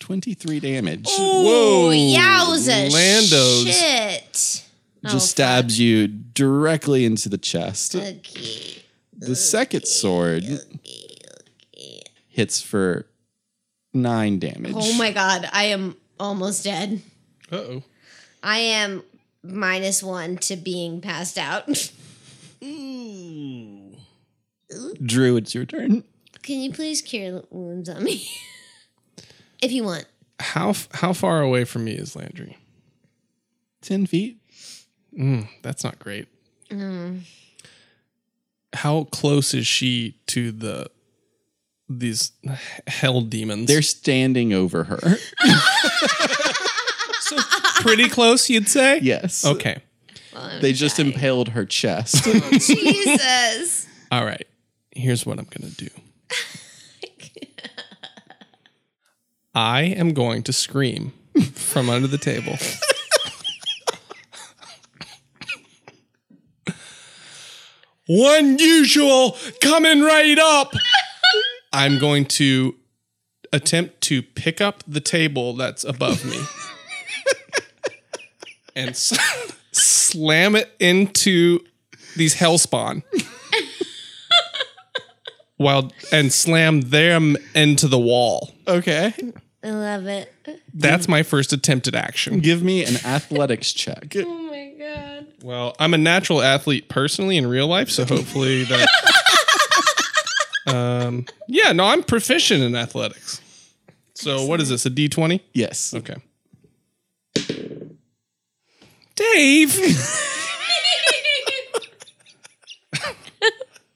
[SPEAKER 2] 23 damage.
[SPEAKER 4] Oh,
[SPEAKER 3] Whoa.
[SPEAKER 4] Yowza!
[SPEAKER 3] Landos.
[SPEAKER 4] Shit. Oh,
[SPEAKER 2] Just stabs you directly into the chest.
[SPEAKER 4] Okay.
[SPEAKER 2] The second sword hits for 9 damage.
[SPEAKER 4] Oh my god! I am almost dead.
[SPEAKER 3] Uh oh.
[SPEAKER 4] I am minus one to being passed out.
[SPEAKER 2] Drew, it's your turn.
[SPEAKER 4] Can you please cure wounds on me? if you want.
[SPEAKER 3] How f- how far away from me is Landry?
[SPEAKER 2] 10 feet.
[SPEAKER 3] That's not great. How close is she to the these hell demons?
[SPEAKER 2] They're standing over her.
[SPEAKER 3] pretty close, you'd say.
[SPEAKER 2] Yes.
[SPEAKER 3] Okay.
[SPEAKER 2] They just impaled her chest.
[SPEAKER 4] Jesus.
[SPEAKER 3] All right. Here's what I'm going to do I am going to scream from under the table. One usual coming right up. I'm going to attempt to pick up the table that's above me and s- slam it into these hellspawn while and slam them into the wall.
[SPEAKER 2] okay.
[SPEAKER 4] I love it.
[SPEAKER 3] That's my first attempted action.
[SPEAKER 2] Give me an athletics check.
[SPEAKER 5] Oh my god.
[SPEAKER 3] Well, I'm a natural athlete personally in real life, so hopefully that. um, yeah, no, I'm proficient in athletics. So what is this? A D20?
[SPEAKER 2] Yes.
[SPEAKER 3] Okay. Dave.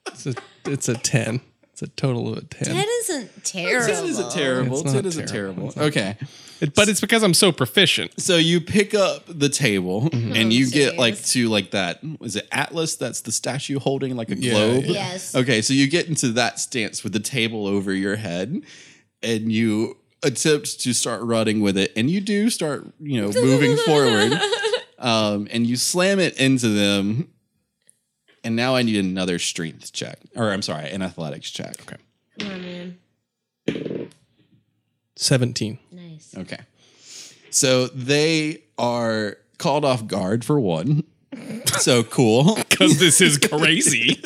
[SPEAKER 3] it's a it's a ten. It's a total of a 10.
[SPEAKER 4] Ted isn't terrible.
[SPEAKER 2] Ten isn't terrible.
[SPEAKER 3] It's not
[SPEAKER 2] Ten isn't
[SPEAKER 3] terrible.
[SPEAKER 2] terrible. Okay.
[SPEAKER 3] It- but it's because I'm so proficient.
[SPEAKER 2] So you pick up the table
[SPEAKER 4] Mm-hmm. Oh,
[SPEAKER 2] and you get like
[SPEAKER 4] serious.
[SPEAKER 2] to like that is it Atlas that's the statue holding like a
[SPEAKER 6] Yeah,
[SPEAKER 2] globe?
[SPEAKER 6] yeah.
[SPEAKER 4] Yes.
[SPEAKER 2] Okay, so you get into that stance with the table over your head and you attempt to start running with it and you do start, you know, moving forward. Um and you slam it into them. And now I need another strength check. Or I'm sorry, an athletics check. Okay.
[SPEAKER 4] Come on, man.
[SPEAKER 3] 17.
[SPEAKER 4] Nice.
[SPEAKER 2] Okay. So they are called off guard for one. so cool.
[SPEAKER 3] Because this is crazy.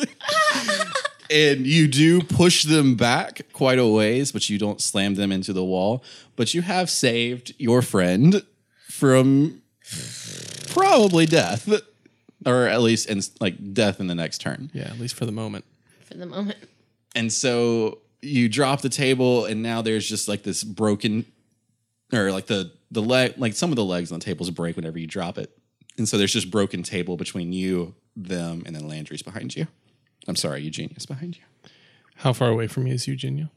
[SPEAKER 2] And you do push them back quite a ways, but you don't slam them into the wall. But you have saved your friend from probably death, or at least in, like death in the next turn.
[SPEAKER 3] yeah, at least for the moment.
[SPEAKER 4] For the moment.
[SPEAKER 2] And so you drop the table, and now there's just like this broken, or like the the leg, like some of the legs on tables break whenever you drop it. And so there's just broken table between you, them, and then Landry's behind you. I'm sorry, Eugenia's behind you.
[SPEAKER 3] How far away from me is Eugenia?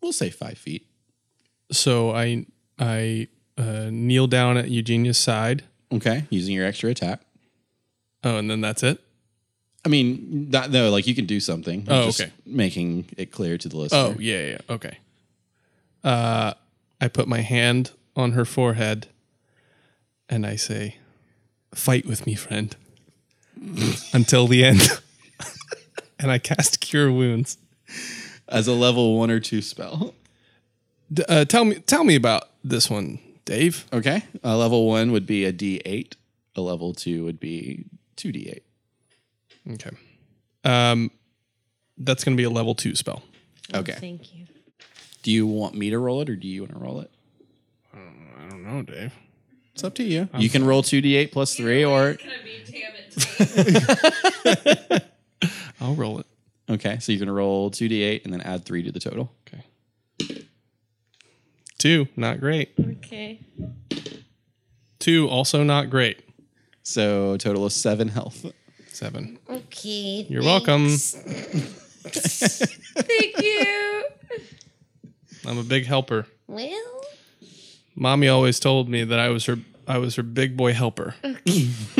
[SPEAKER 2] We'll say five feet.
[SPEAKER 3] So I I uh, kneel down at Eugenia's side.
[SPEAKER 2] Okay, using your extra attack.
[SPEAKER 3] Oh, and then that's it.
[SPEAKER 2] I mean, that though, like you can do something. I'm
[SPEAKER 3] Oh,
[SPEAKER 2] just
[SPEAKER 3] okay.
[SPEAKER 2] Making it clear to the listener.
[SPEAKER 3] Oh, yeah, yeah, yeah. Okay. Uh, I put my hand on her forehead and I say, Fight with me, friend, until the end. and I cast Cure Wounds.
[SPEAKER 2] as a level one or two spell.
[SPEAKER 3] D- uh, tell, me, tell me about this one, Dave.
[SPEAKER 2] Okay, a level one would be a D8. A level two would be two D8.
[SPEAKER 3] Okay. Um, that's going to be a level two spell.
[SPEAKER 2] Okay.
[SPEAKER 4] Thank you.
[SPEAKER 2] Do you want me to roll it or do you want to roll it?
[SPEAKER 3] I don't know, Dave.
[SPEAKER 2] It's up to you. you can roll 2d8 plus 3 or.
[SPEAKER 3] I'll roll it.
[SPEAKER 2] Okay, so you can roll 2d8 and then add 3 to the total.
[SPEAKER 3] Okay. Two, not great.
[SPEAKER 5] Okay.
[SPEAKER 3] Two, also not great.
[SPEAKER 2] So, total of 7 health.
[SPEAKER 3] Seven.
[SPEAKER 4] Okay.
[SPEAKER 3] You're
[SPEAKER 4] thanks.
[SPEAKER 3] welcome.
[SPEAKER 5] Thank you.
[SPEAKER 3] I'm a big helper.
[SPEAKER 4] Well,
[SPEAKER 3] Mommy always told me that I was her I was her big boy helper.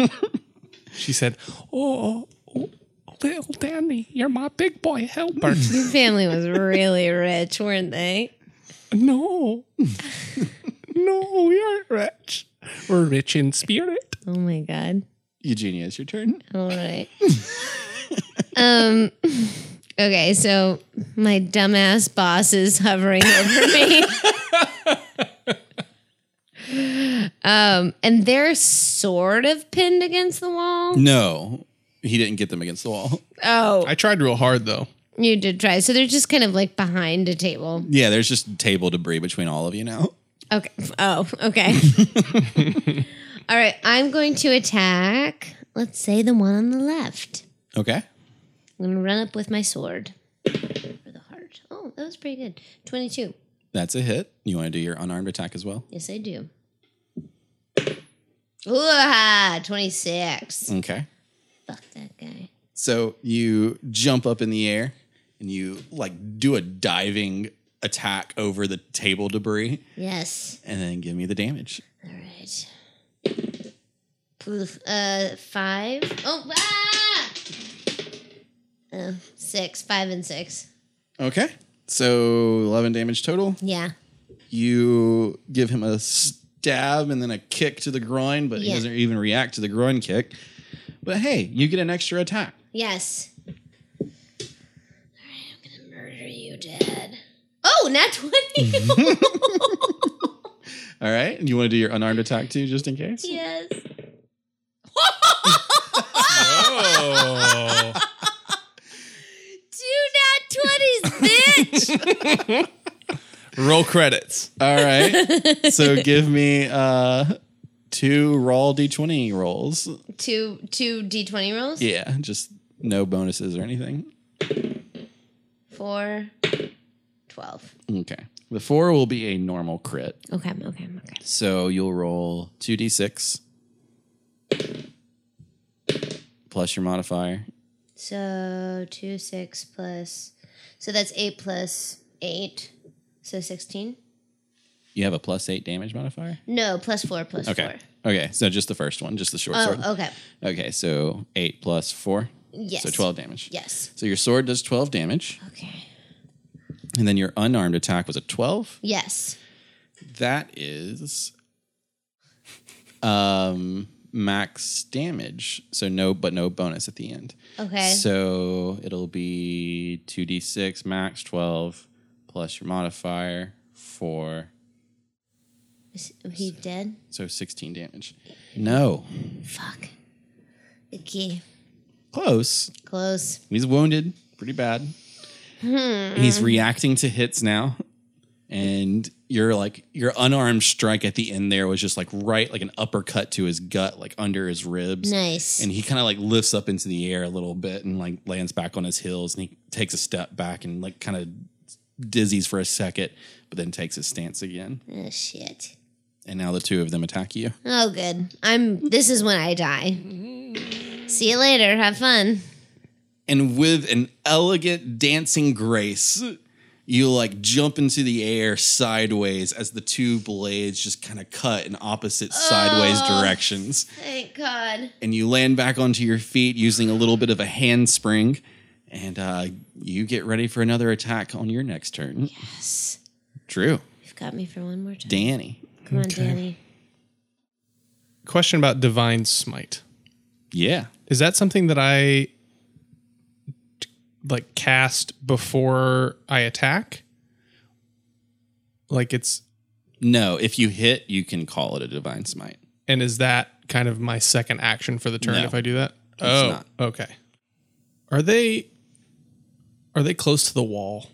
[SPEAKER 3] she said, "Oh, oh, little Danny, you're my big boy helper."
[SPEAKER 4] your family was really rich, weren't they?
[SPEAKER 3] no, no, we aren't rich. We're rich in spirit.
[SPEAKER 4] Oh my god.
[SPEAKER 2] Eugenia, it's your turn.
[SPEAKER 4] All right. um. Okay, so my dumbass boss is hovering over me. um, and they're sort of pinned against the wall.
[SPEAKER 2] No, he didn't get them against the wall.
[SPEAKER 4] Oh,
[SPEAKER 3] I tried real hard though.
[SPEAKER 4] you did try. So they're just kind of like behind a table.
[SPEAKER 2] Yeah, there's just table debris between all of you now.
[SPEAKER 4] Okay. Oh, okay. All right, I'm going to attack. Let's say the one on the left.
[SPEAKER 2] Okay.
[SPEAKER 4] I'm going to run up with my sword for the heart. Oh, that was pretty good. 22.
[SPEAKER 2] That's a hit. You want to do your unarmed attack as well?
[SPEAKER 4] Yes, I do. Ooh, 26.
[SPEAKER 2] Okay.
[SPEAKER 4] Fuck that guy.
[SPEAKER 2] So you jump up in the air and you like do a diving attack over the table debris
[SPEAKER 4] Yes.
[SPEAKER 2] and then give me the damage.
[SPEAKER 4] All right. Oof, Uh, five. Oh, ah! Oh, six, five, and six.
[SPEAKER 2] Okay. So 11 damage total.
[SPEAKER 4] Yeah.
[SPEAKER 2] You give him a stab and then a kick to the groin, but he
[SPEAKER 4] Yeah.
[SPEAKER 2] doesn't even react to the groin kick. But hey, you get an extra attack.
[SPEAKER 4] Yes. All right, I'm gonna murder you, Dad. Oh, not twenty.
[SPEAKER 2] All right. And you want to do your unarmed attack too, just in case?
[SPEAKER 4] yes.
[SPEAKER 3] Oh,
[SPEAKER 4] Two not twenties, bitch.
[SPEAKER 3] roll credits.
[SPEAKER 2] All right. so give me uh two roll d20 rolls.
[SPEAKER 4] two two d twenty rolls.
[SPEAKER 2] Yeah, just no bonuses or anything.
[SPEAKER 4] Four. Twelve.
[SPEAKER 2] Okay. The four will be a normal crit.
[SPEAKER 4] Okay, okay, okay.
[SPEAKER 2] So you'll roll 2d6 plus your modifier.
[SPEAKER 4] So two six plus So that's eight plus eight, so sixteen.
[SPEAKER 2] You have a plus eight damage modifier.
[SPEAKER 4] No, plus four, plus
[SPEAKER 2] Okay. Okay. So just the first one, just the short
[SPEAKER 4] four.
[SPEAKER 2] sword.
[SPEAKER 4] Oh, okay.
[SPEAKER 2] Okay. So eight plus four.
[SPEAKER 4] Yes.
[SPEAKER 2] So twelve damage.
[SPEAKER 4] Yes.
[SPEAKER 2] So your sword does twelve damage,
[SPEAKER 4] Okay.
[SPEAKER 2] and then your unarmed attack was a twelve.
[SPEAKER 4] Yes.
[SPEAKER 2] That is um max damage. So no but no bonus at the end.
[SPEAKER 4] Okay.
[SPEAKER 2] So it'll be 2d6 max 12 plus your modifier 4
[SPEAKER 4] Is he dead?
[SPEAKER 2] so 16 damage. No.
[SPEAKER 4] Fuck. Okay.
[SPEAKER 2] Close.
[SPEAKER 4] Close.
[SPEAKER 2] He's wounded pretty bad. He's reacting to hits now. And your like your unarmed strike at the end there was just like right like an uppercut to his gut, like under his ribs.
[SPEAKER 4] Nice.
[SPEAKER 2] And he kind of like lifts up into the air a little bit and like lands back on his heels and he takes a step back and like kind of dizzies for a second, but then takes his stance again.
[SPEAKER 4] oh shit.
[SPEAKER 2] And now the two of them attack you.
[SPEAKER 4] Oh good. I'm this is when I die. See you later. Have fun.
[SPEAKER 2] and with an elegant dancing grace, you like jump into the air sideways as the two blades just kind of cut in opposite sideways directions.
[SPEAKER 4] Thank God.
[SPEAKER 2] And you land back onto your feet using a little bit of a handspring. And uh, you get ready for another attack on your next turn.
[SPEAKER 4] Yes.
[SPEAKER 2] True.
[SPEAKER 4] You've got me for one more time.
[SPEAKER 2] Danny.
[SPEAKER 4] Come on, Danny.
[SPEAKER 3] Question about divine smite.
[SPEAKER 2] Yeah.
[SPEAKER 3] Is that something that I like cast before I attack? Like it's
[SPEAKER 2] No, if you hit, you can call it a divine smite.
[SPEAKER 3] and is that kind of my second action for the turn
[SPEAKER 2] No.
[SPEAKER 3] if I do that?
[SPEAKER 2] It's
[SPEAKER 3] oh,
[SPEAKER 2] not.
[SPEAKER 3] okay. Are they are they close to the wall?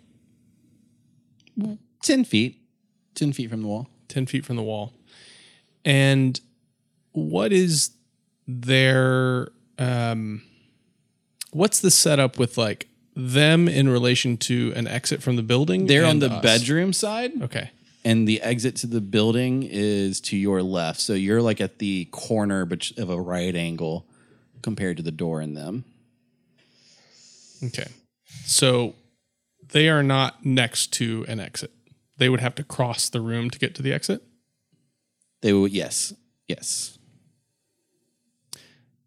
[SPEAKER 2] 10 feet. 10 feet from the wall.
[SPEAKER 3] 10 feet from the wall. And what is their um what's the setup with like them in relation to an exit from the building?
[SPEAKER 2] They're on
[SPEAKER 3] and
[SPEAKER 2] the
[SPEAKER 3] us?
[SPEAKER 2] bedroom side.
[SPEAKER 3] Okay.
[SPEAKER 2] and the exit to the building is to your left. So you're like at the corner but of a right angle compared to the door in them.
[SPEAKER 3] Okay. So they are not next to an exit. They would have to cross the room to get to the exit.
[SPEAKER 2] They will yes. Yes.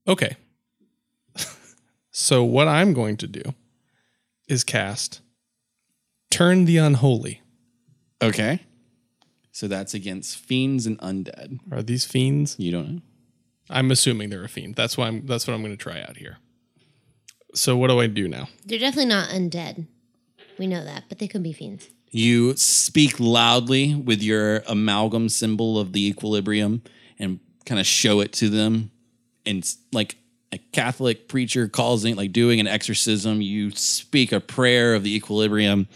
[SPEAKER 3] Okay. so what I'm going to do is cast Turn the Unholy.
[SPEAKER 2] Okay. So that's against fiends and undead.
[SPEAKER 3] Are these fiends?
[SPEAKER 2] You don't know?
[SPEAKER 3] I'm assuming they're a fiend. That's why I'm that's what I'm gonna try out here. So what do I do now?
[SPEAKER 4] They're definitely not undead. We know that, but they could be fiends.
[SPEAKER 2] You speak loudly with your amalgam symbol of the equilibrium and kind of show it to them. And s- like a Catholic preacher calls it, like doing an exorcism, you speak a prayer of the equilibrium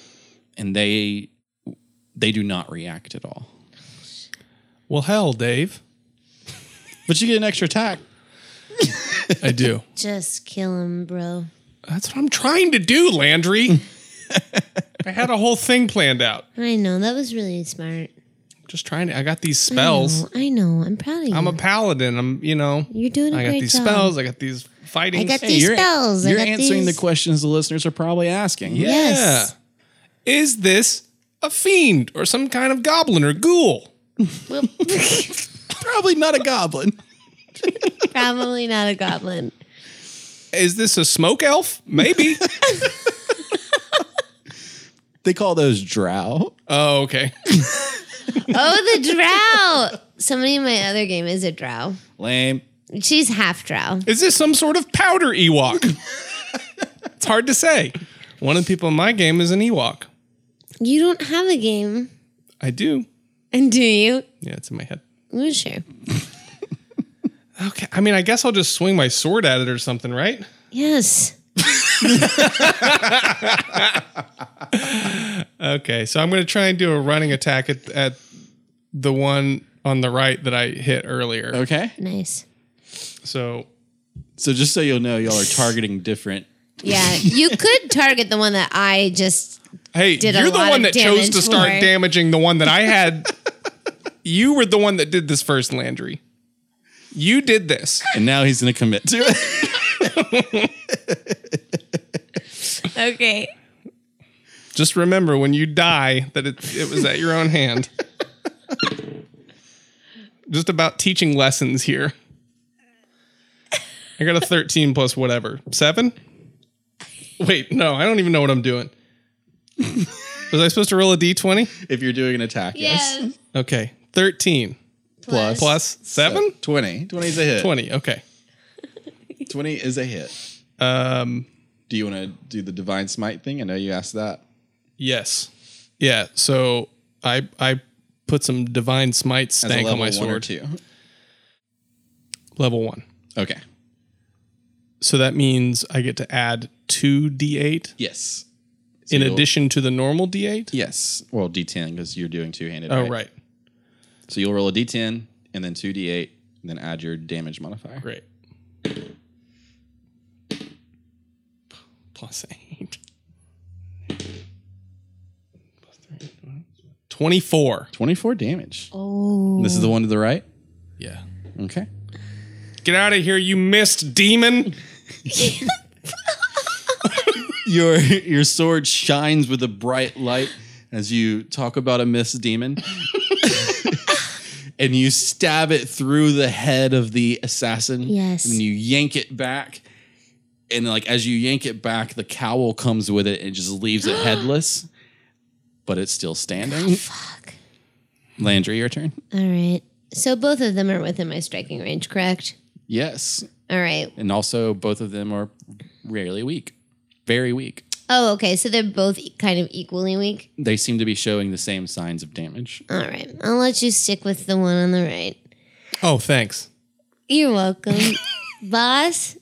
[SPEAKER 2] and they they do not react at all.
[SPEAKER 3] Well hell, Dave.
[SPEAKER 2] But you get an extra attack.
[SPEAKER 3] I do.
[SPEAKER 4] Just kill him, bro.
[SPEAKER 3] that's what I'm trying to do, Landry. I had a whole thing planned out.
[SPEAKER 4] I know that was really smart.
[SPEAKER 3] Just trying to I got these spells.
[SPEAKER 4] I know. I know. I'm proud of you.
[SPEAKER 3] I'm a paladin. I'm you know
[SPEAKER 4] You're doing a
[SPEAKER 3] I got
[SPEAKER 4] great
[SPEAKER 3] these
[SPEAKER 4] job.
[SPEAKER 3] spells. I got these fighting.
[SPEAKER 4] I got
[SPEAKER 3] things.
[SPEAKER 4] these spells. I
[SPEAKER 2] You're
[SPEAKER 4] got
[SPEAKER 2] answering
[SPEAKER 4] these-
[SPEAKER 2] the questions the listeners are probably asking.
[SPEAKER 3] Yeah.
[SPEAKER 4] Yes.
[SPEAKER 3] Is this a fiend or some kind of goblin or ghoul?
[SPEAKER 2] Probably not a goblin.
[SPEAKER 4] Probably not a goblin.
[SPEAKER 3] Is this a smoke elf? Maybe.
[SPEAKER 2] They call those drow.
[SPEAKER 3] oh, okay.
[SPEAKER 4] Oh, the drow. Somebody in my other game is a drow.
[SPEAKER 2] Lame.
[SPEAKER 4] She's half drow.
[SPEAKER 3] Is this some sort of powder Ewok? it's hard to say. One of the people in my game is an Ewok.
[SPEAKER 4] You don't have a game,
[SPEAKER 3] I do.
[SPEAKER 4] and do you?
[SPEAKER 3] Yeah, it's in my head.
[SPEAKER 4] Well, sure.
[SPEAKER 3] Okay. I mean, I guess I'll just swing my sword at it or something, right?
[SPEAKER 4] Yes.
[SPEAKER 3] Okay. So I'm going to try and do a running attack at, at the one on the right that I hit earlier.
[SPEAKER 2] Okay.
[SPEAKER 4] Nice.
[SPEAKER 3] So
[SPEAKER 2] So just so you'll know, y'all are targeting different
[SPEAKER 4] Yeah, you could target the one that I just.
[SPEAKER 3] Hey,
[SPEAKER 4] did a
[SPEAKER 3] you're the
[SPEAKER 4] lot
[SPEAKER 3] one
[SPEAKER 4] of
[SPEAKER 3] that chose
[SPEAKER 4] damage
[SPEAKER 3] to start
[SPEAKER 4] for it.
[SPEAKER 3] damaging the one that I had. you were the one that did this first, Landry. You did this.
[SPEAKER 2] and now he's going to commit to it.
[SPEAKER 5] Okay.
[SPEAKER 3] Just remember when you die that it, it was at your own hand. Just about teaching lessons here. I got a 13 plus whatever. Seven? Wait, no, I don't even know what I'm doing. was I supposed to roll a d20?
[SPEAKER 2] If you're doing an attack, yes.
[SPEAKER 5] Yeah.
[SPEAKER 3] Okay, 13
[SPEAKER 2] Plus.
[SPEAKER 3] plus seven?
[SPEAKER 2] 20. 20 is a hit.
[SPEAKER 3] 20, okay.
[SPEAKER 2] 20 is a hit.
[SPEAKER 3] Um,
[SPEAKER 2] Do you want to do the divine smite thing? I know you asked that.
[SPEAKER 3] yes. Yeah, so I I put some divine smite
[SPEAKER 2] As a
[SPEAKER 3] stank
[SPEAKER 2] level
[SPEAKER 3] on my
[SPEAKER 2] one or
[SPEAKER 3] sword.
[SPEAKER 2] two.
[SPEAKER 3] Level one.
[SPEAKER 2] Okay.
[SPEAKER 3] So that means I get to add two d8
[SPEAKER 2] Yes.
[SPEAKER 3] in
[SPEAKER 2] you'll-
[SPEAKER 3] addition to the normal d8.
[SPEAKER 2] Yes. Well, D10 because you're doing two handed.
[SPEAKER 3] Oh, right.
[SPEAKER 2] So you'll roll a D10 and then two D8 and then add your damage modifier.
[SPEAKER 3] Great. Plus eight. Plus three, 24.
[SPEAKER 2] 24 damage.
[SPEAKER 4] Oh.
[SPEAKER 2] This is the one to the right.
[SPEAKER 3] Yeah.
[SPEAKER 2] Okay.
[SPEAKER 3] Get out of here, you missed demon.
[SPEAKER 2] Your your sword shines with a bright light as you talk about a mist demon. and you stab it through the head of the assassin.
[SPEAKER 4] Yes.
[SPEAKER 2] And you yank it back. And like as you yank it back, the cowl comes with it and just leaves it headless. But it's still standing.
[SPEAKER 4] Oh, Fuck.
[SPEAKER 2] Landry, your turn.
[SPEAKER 4] All right. So both of them are within my striking range, correct?
[SPEAKER 2] Yes.
[SPEAKER 4] All right.
[SPEAKER 2] And also both of them are rarely weak. Very weak.
[SPEAKER 4] Oh, okay. So they're both e- kind of equally weak.
[SPEAKER 2] They seem to be showing the same signs of damage.
[SPEAKER 4] All right. I'll let you stick with the one on the right.
[SPEAKER 3] Oh, thanks.
[SPEAKER 4] You're welcome, boss.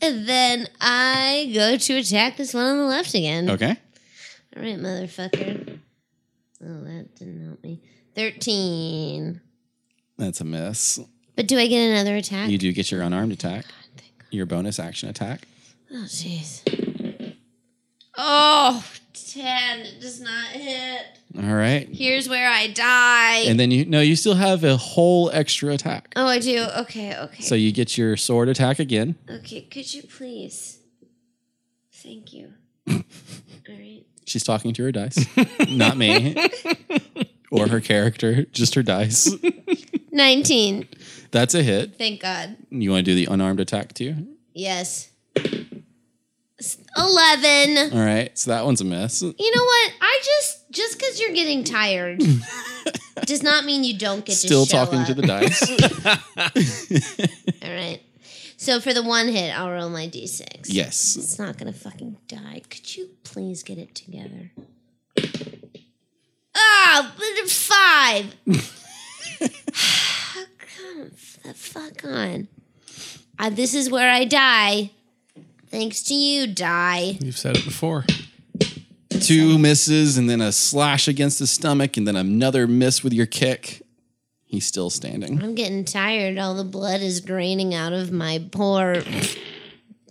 [SPEAKER 4] And then I go to attack this one on the left again.
[SPEAKER 2] Okay.
[SPEAKER 4] All right, motherfucker. Oh, that didn't help me. 13.
[SPEAKER 2] That's a miss.
[SPEAKER 4] But do I get another attack?
[SPEAKER 2] You do get your unarmed attack, your bonus action attack.
[SPEAKER 4] Oh, jeez. Oh, 10. It does not hit.
[SPEAKER 2] All right.
[SPEAKER 4] Here's where I die.
[SPEAKER 2] And then you no, you still have a whole extra attack.
[SPEAKER 4] oh, I do. Okay, okay.
[SPEAKER 2] So you get your sword attack again.
[SPEAKER 4] okay, could you please? Thank you. All right.
[SPEAKER 2] She's talking to her dice, not me or her character, just her dice.
[SPEAKER 4] 19.
[SPEAKER 2] That's a hit.
[SPEAKER 4] Thank God.
[SPEAKER 2] You want to do the unarmed attack too?
[SPEAKER 4] Yes. S- 11.
[SPEAKER 2] All right. So that one's a miss.
[SPEAKER 4] You know what? I just just because you're getting tired does not mean you don't get
[SPEAKER 2] Still
[SPEAKER 4] to show
[SPEAKER 2] talking
[SPEAKER 4] up.
[SPEAKER 2] to the dice.
[SPEAKER 4] All right. So for the one hit, I'll roll my d6.
[SPEAKER 2] yes.
[SPEAKER 4] It's not gonna fucking die. Could you please get it together? Ah, oh, five. Come the fuck on. Uh, this is where I die. Thanks to you, die.
[SPEAKER 3] You've said it before.
[SPEAKER 2] Two misses and then a slash against the stomach and then another miss with your kick. He's still standing.
[SPEAKER 4] I'm getting tired. All the blood is draining out of my poor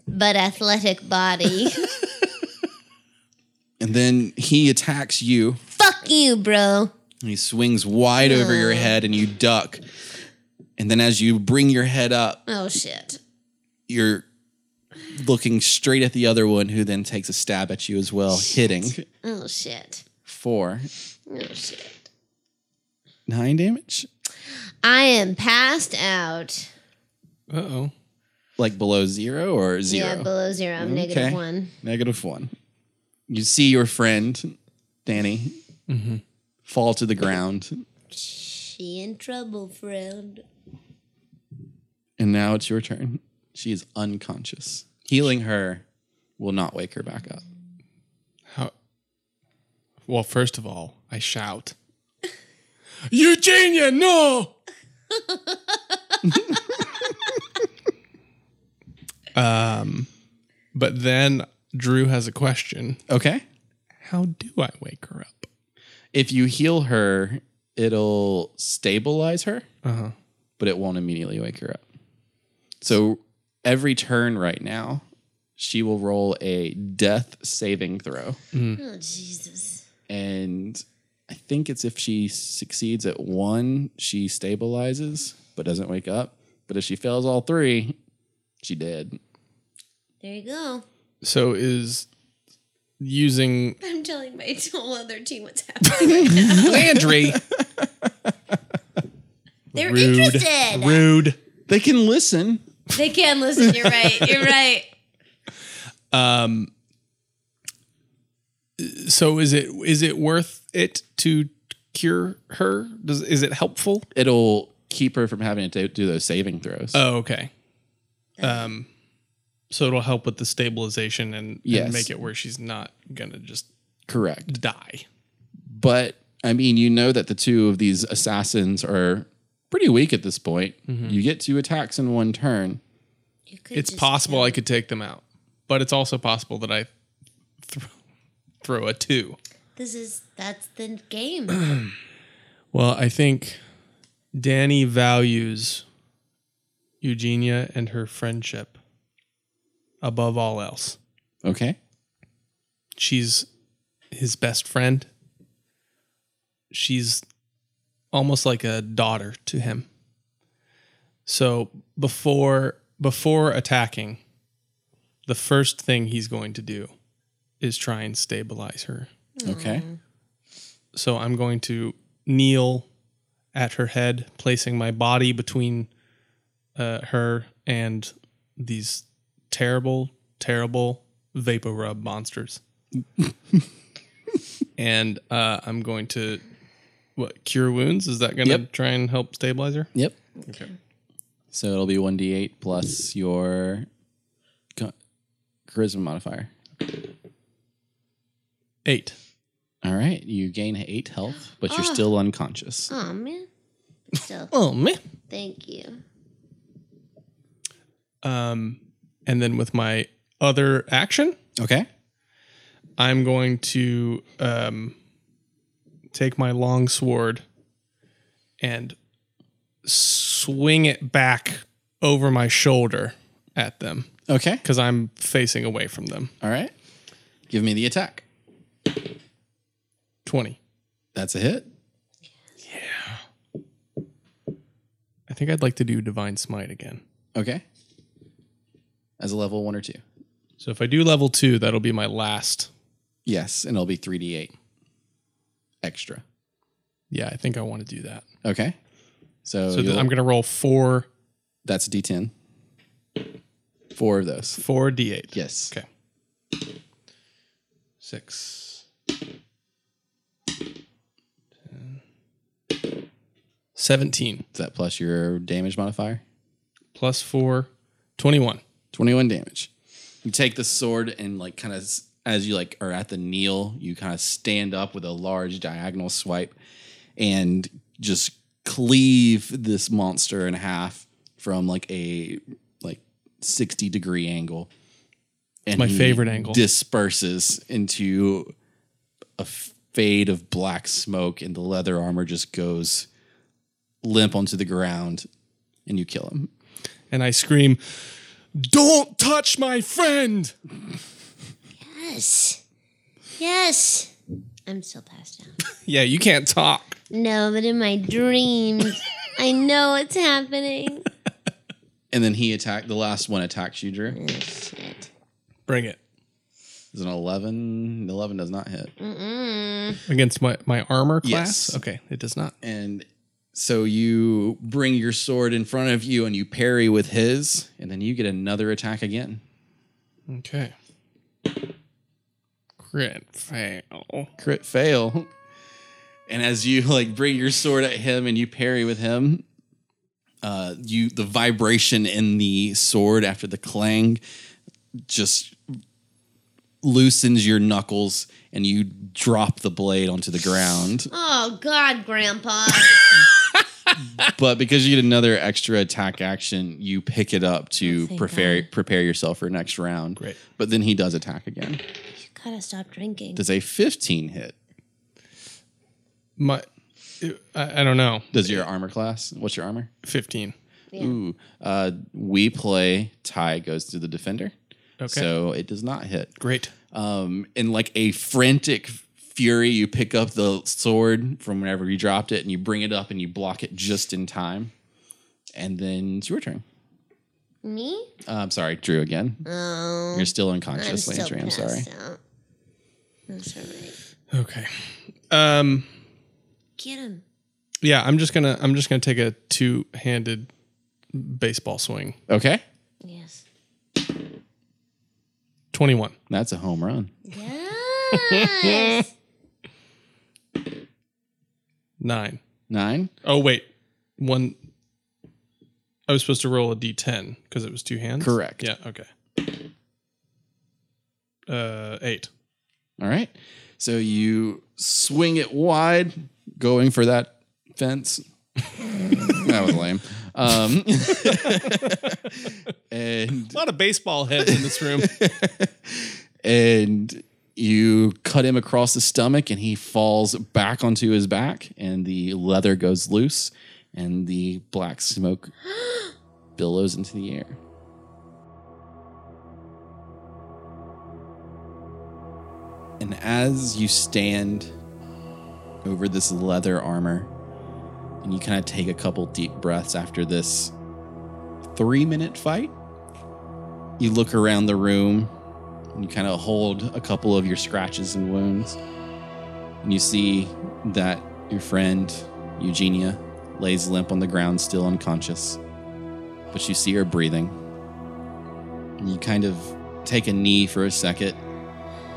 [SPEAKER 4] but athletic body.
[SPEAKER 2] And then he attacks you.
[SPEAKER 4] Fuck you, bro.
[SPEAKER 2] He swings wide over your head and you duck. And then as you bring your head up,
[SPEAKER 4] Oh shit.
[SPEAKER 2] you're looking straight at the other one who then takes a stab at you as well, hitting
[SPEAKER 4] Oh shit.
[SPEAKER 2] for
[SPEAKER 4] Oh shit.
[SPEAKER 2] nine damage,
[SPEAKER 4] I am passed out.
[SPEAKER 3] Uh oh.
[SPEAKER 2] like below zero or zero.
[SPEAKER 4] Yeah, below zero. I'm negative
[SPEAKER 2] Okay.
[SPEAKER 4] one.
[SPEAKER 2] Negative one. You see your friend, Danny, fall to the ground.
[SPEAKER 4] She in trouble, friend.
[SPEAKER 2] And now it's your turn. She is unconscious. Healing her will not wake her back up.
[SPEAKER 3] How? Well, first of all, I shout, Eugenia, no! um, but then Drew has a question.
[SPEAKER 2] Okay.
[SPEAKER 3] How do I wake her up?
[SPEAKER 2] If you heal her, it'll stabilize her,
[SPEAKER 3] Uh
[SPEAKER 7] Uh-huh.
[SPEAKER 3] huh.
[SPEAKER 2] but it won't immediately wake her up. So every turn right now, she will roll a death saving throw.
[SPEAKER 4] Oh Jesus.
[SPEAKER 2] And I think it's if she succeeds at one, she stabilizes but doesn't wake up. But if she fails all three, she dead.
[SPEAKER 4] There you go.
[SPEAKER 3] So is using
[SPEAKER 5] I'm telling my whole other team what's happening.
[SPEAKER 2] Landry.
[SPEAKER 4] They're
[SPEAKER 3] rude,
[SPEAKER 4] interested.
[SPEAKER 3] rude.
[SPEAKER 7] They can listen.
[SPEAKER 5] they can listen. You're right. You're right.
[SPEAKER 3] So is it is it worth it to cure her? Does is it helpful?
[SPEAKER 2] It'll keep her from having to do those saving throws.
[SPEAKER 7] Uh,
[SPEAKER 3] Oh, okay. Um, so it'll help with the stabilization and, and
[SPEAKER 2] Yes.
[SPEAKER 3] make it where she's not gonna just
[SPEAKER 2] Correct.
[SPEAKER 3] die.
[SPEAKER 2] But I mean, you know that the two of these assassins are pretty weak at this point. You get two attacks in one turn.
[SPEAKER 4] You could
[SPEAKER 3] It's
[SPEAKER 4] just-
[SPEAKER 3] possible I could take them out, but it's also possible that I throw throw a two.
[SPEAKER 4] This is that's the game.
[SPEAKER 3] Well, I think Danny values Eugenia and her friendship above all else.
[SPEAKER 2] Okay.
[SPEAKER 3] She's his best friend. She's almost like a daughter to him. So before before attacking, the first thing he's going to do is try and stabilize her.
[SPEAKER 2] Okay.
[SPEAKER 3] So I'm going to kneel at her head, placing my body between uh, her and these terrible, terrible vapor rub monsters. and uh, I'm going to what cure wounds? Is that going to
[SPEAKER 2] Yep.
[SPEAKER 3] try and help stabilize her?
[SPEAKER 2] Yep. Okay. So it'll be 1d8 plus your cha- charisma modifier.
[SPEAKER 3] Eight.
[SPEAKER 2] All right. You gain eight health, but you're still unconscious.
[SPEAKER 4] oh man. Still,
[SPEAKER 3] Oh man.
[SPEAKER 4] thank you.
[SPEAKER 3] Um, and then with my other action,
[SPEAKER 2] Okay.
[SPEAKER 3] I'm going to um, take my long sword and swing it back over my shoulder at them
[SPEAKER 2] Okay.
[SPEAKER 3] because I'm facing away from them.
[SPEAKER 2] All right. Give me the attack.
[SPEAKER 3] 20.
[SPEAKER 2] That's a hit.
[SPEAKER 3] I think I'd like to do Divine Smite again.
[SPEAKER 2] Okay. As a level one or two.
[SPEAKER 3] So if I do level two, that'll be my last.
[SPEAKER 2] Yes. And it'll be 3d8 extra.
[SPEAKER 3] Yeah, I think I want to do that.
[SPEAKER 2] Okay. So,
[SPEAKER 3] So th-
[SPEAKER 2] you'll-
[SPEAKER 3] I'm going to roll four,
[SPEAKER 2] that's a d10. Four of those.
[SPEAKER 3] four d8.
[SPEAKER 2] Yes.
[SPEAKER 3] Okay. Six. Ten. Seventeen
[SPEAKER 2] Is that plus your damage modifier?
[SPEAKER 3] plus four, 21.
[SPEAKER 2] 21 damage. You take the sword and like kind of as you like are at the kneel, you kind of stand up with a large diagonal swipe and just cleave this monster in half from like a like 60 degree angle. And
[SPEAKER 3] my
[SPEAKER 2] he
[SPEAKER 3] favorite angle.
[SPEAKER 2] Disperses into a fade of black smoke and the leather armor just goes limp onto the ground and you kill him.
[SPEAKER 3] And I scream, Don't touch my friend.
[SPEAKER 4] Yes. Yes. I'm still passed out.
[SPEAKER 3] Yeah, you can't talk.
[SPEAKER 4] No, but in my dreams, I know what's happening.
[SPEAKER 2] And then he attacked the last one attacks you, Drew.
[SPEAKER 4] Oh, shit.
[SPEAKER 3] Bring it.
[SPEAKER 2] Is an 11. The 11 does not hit.
[SPEAKER 3] Against my, my armor class?
[SPEAKER 2] Yes.
[SPEAKER 3] Okay, it does not.
[SPEAKER 2] And so you bring your sword in front of you and you parry with his, and then you get another attack again.
[SPEAKER 3] Okay. Crit fail.
[SPEAKER 2] Crit fail. And as you like bring your sword at him and you parry with him, uh, you the vibration in the sword after the clang just loosens your knuckles and you drop the blade onto the ground.
[SPEAKER 4] Oh, God, Grandpa.
[SPEAKER 2] but because you get another extra attack action, you pick it up to prepare prepare yourself for next round.
[SPEAKER 3] Great.
[SPEAKER 2] But then he does attack again.
[SPEAKER 4] Gotta stop drinking.
[SPEAKER 2] Does a 15 hit?
[SPEAKER 3] My, I, I don't know.
[SPEAKER 2] Does your armor class? What's your armor?
[SPEAKER 3] 15.
[SPEAKER 2] Ooh. Uh, we play tie goes to the defender.
[SPEAKER 3] Okay.
[SPEAKER 2] So it does not hit.
[SPEAKER 3] Great.
[SPEAKER 2] Um, in like a frantic fury, you pick up the sword from whenever you dropped it and you bring it up and you block it just in time. And then it's your turn.
[SPEAKER 4] Me?
[SPEAKER 2] Uh, I'm sorry, Drew again.
[SPEAKER 4] Oh,
[SPEAKER 2] You're still unconscious,
[SPEAKER 4] I'm still
[SPEAKER 2] Landry. I'm sorry.
[SPEAKER 4] passed out. That's all right.
[SPEAKER 3] Okay. Um.
[SPEAKER 4] Get him.
[SPEAKER 3] Yeah, I'm just gonna I'm just gonna take a two handed baseball swing.
[SPEAKER 2] Okay.
[SPEAKER 4] Yes.
[SPEAKER 3] Twenty one.
[SPEAKER 2] That's a home run.
[SPEAKER 4] Yes.
[SPEAKER 3] Nine.
[SPEAKER 2] Nine.
[SPEAKER 3] Oh wait, one. I was supposed to roll a d10 because it was two hands.
[SPEAKER 2] Correct.
[SPEAKER 3] Yeah. Okay. Uh, eight.
[SPEAKER 2] All right. So you swing it wide, going for that fence. that was lame. Um, and
[SPEAKER 3] A lot of baseball heads in this room.
[SPEAKER 2] and you cut him across the stomach, and he falls back onto his back, and the leather goes loose, and the black smoke billows into the air. And as you stand over this leather armor, and you kind of take a couple deep breaths after this three minute fight, you look around the room and you kind of hold a couple of your scratches and wounds. And you see that your friend, Eugenia, lays limp on the ground, still unconscious. But you see her breathing. And you kind of take a knee for a second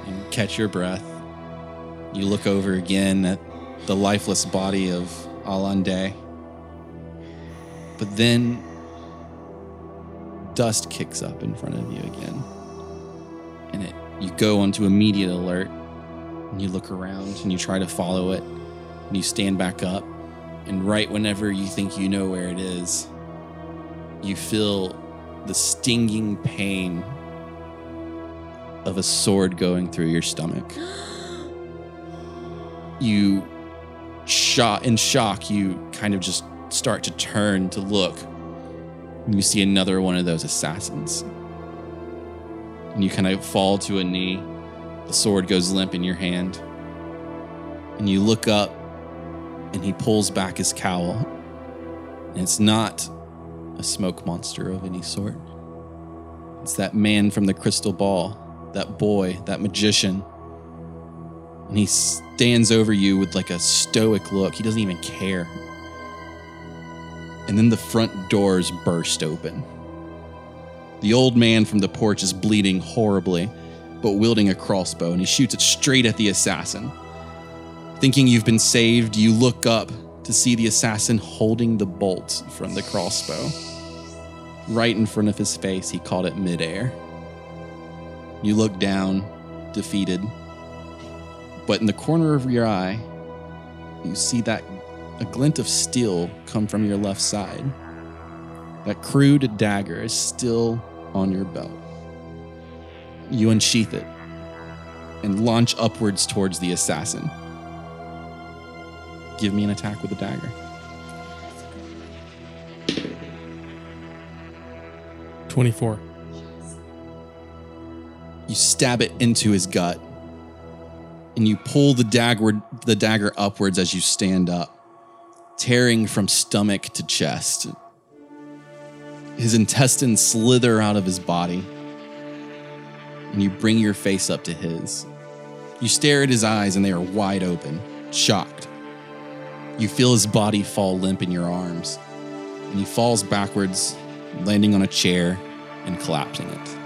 [SPEAKER 2] and catch your breath. You look over again at the lifeless body of Alande. But then dust kicks up in front of you again and it you go onto immediate alert and you look around and you try to follow it and you stand back up and right whenever you think you know where it is you feel the stinging pain of a sword going through your stomach you shot in shock you kind of just start to turn to look and you see another one of those assassins and you kind of fall to a knee. The sword goes limp in your hand. And you look up, and he pulls back his cowl. And it's not a smoke monster of any sort. It's that man from the crystal ball, that boy, that magician. And he stands over you with like a stoic look. He doesn't even care. And then the front doors burst open. The old man from the porch is bleeding horribly, but wielding a crossbow, and he shoots it straight at the assassin. Thinking you've been saved, you look up to see the assassin holding the bolt from the crossbow. Right in front of his face, he caught it midair. You look down, defeated, but in the corner of your eye, you see that a glint of steel come from your left side. That crude dagger is still on your belt. You unsheath it and launch upwards towards the assassin. Give me an attack with a dagger.
[SPEAKER 3] 24.
[SPEAKER 2] You stab it into his gut and you pull the dagger the dagger upwards as you stand up, tearing from stomach to chest. His intestines slither out of his body, and you bring your face up to his. You stare at his eyes, and they are wide open, shocked. You feel his body fall limp in your arms, and he falls backwards, landing on a chair and collapsing it.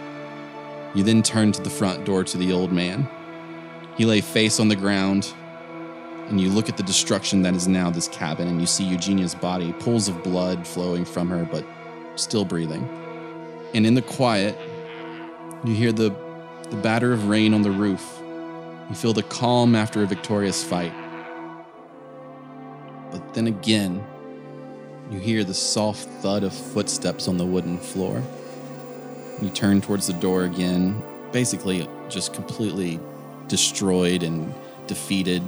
[SPEAKER 2] You then turn to the front door to the old man. He lay face on the ground, and you look at the destruction that is now this cabin, and you see Eugenia's body, pools of blood flowing from her, but still breathing. And in the quiet, you hear the, the batter of rain on the roof. You feel the calm after a victorious fight. But then again, you hear the soft thud of footsteps on the wooden floor. You turn towards the door again, basically just completely destroyed and defeated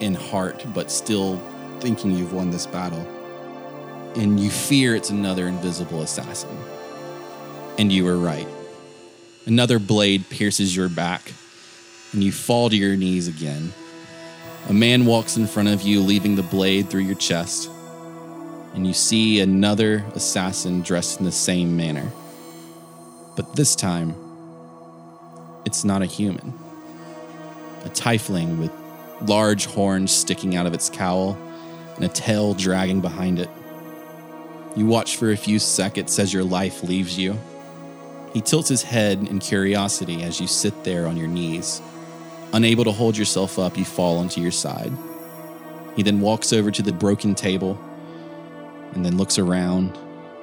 [SPEAKER 2] in heart, but still thinking you've won this battle. And you fear it's another invisible assassin. And you were right. Another blade pierces your back, and you fall to your knees again. A man walks in front of you, leaving the blade through your chest, and you see another assassin dressed in the same manner. But this time, it's not a human a tiefling with large horns sticking out of its cowl and a tail dragging behind it. You watch for a few seconds as your life leaves you. He tilts his head in curiosity as you sit there on your knees. Unable to hold yourself up, you fall onto your side. He then walks over to the broken table and then looks around.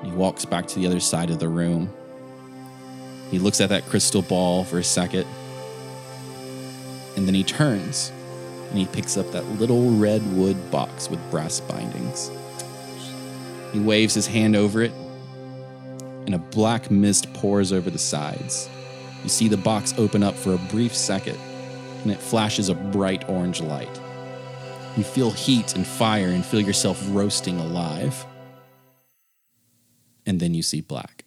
[SPEAKER 2] He walks back to the other side of the room. He looks at that crystal ball for a second and then he turns and he picks up that little red wood box with brass bindings. He waves his hand over it and a black mist pours over the sides. You see the box open up for a brief second and it flashes a bright orange light. You feel heat and fire and feel yourself roasting alive. And then you see black.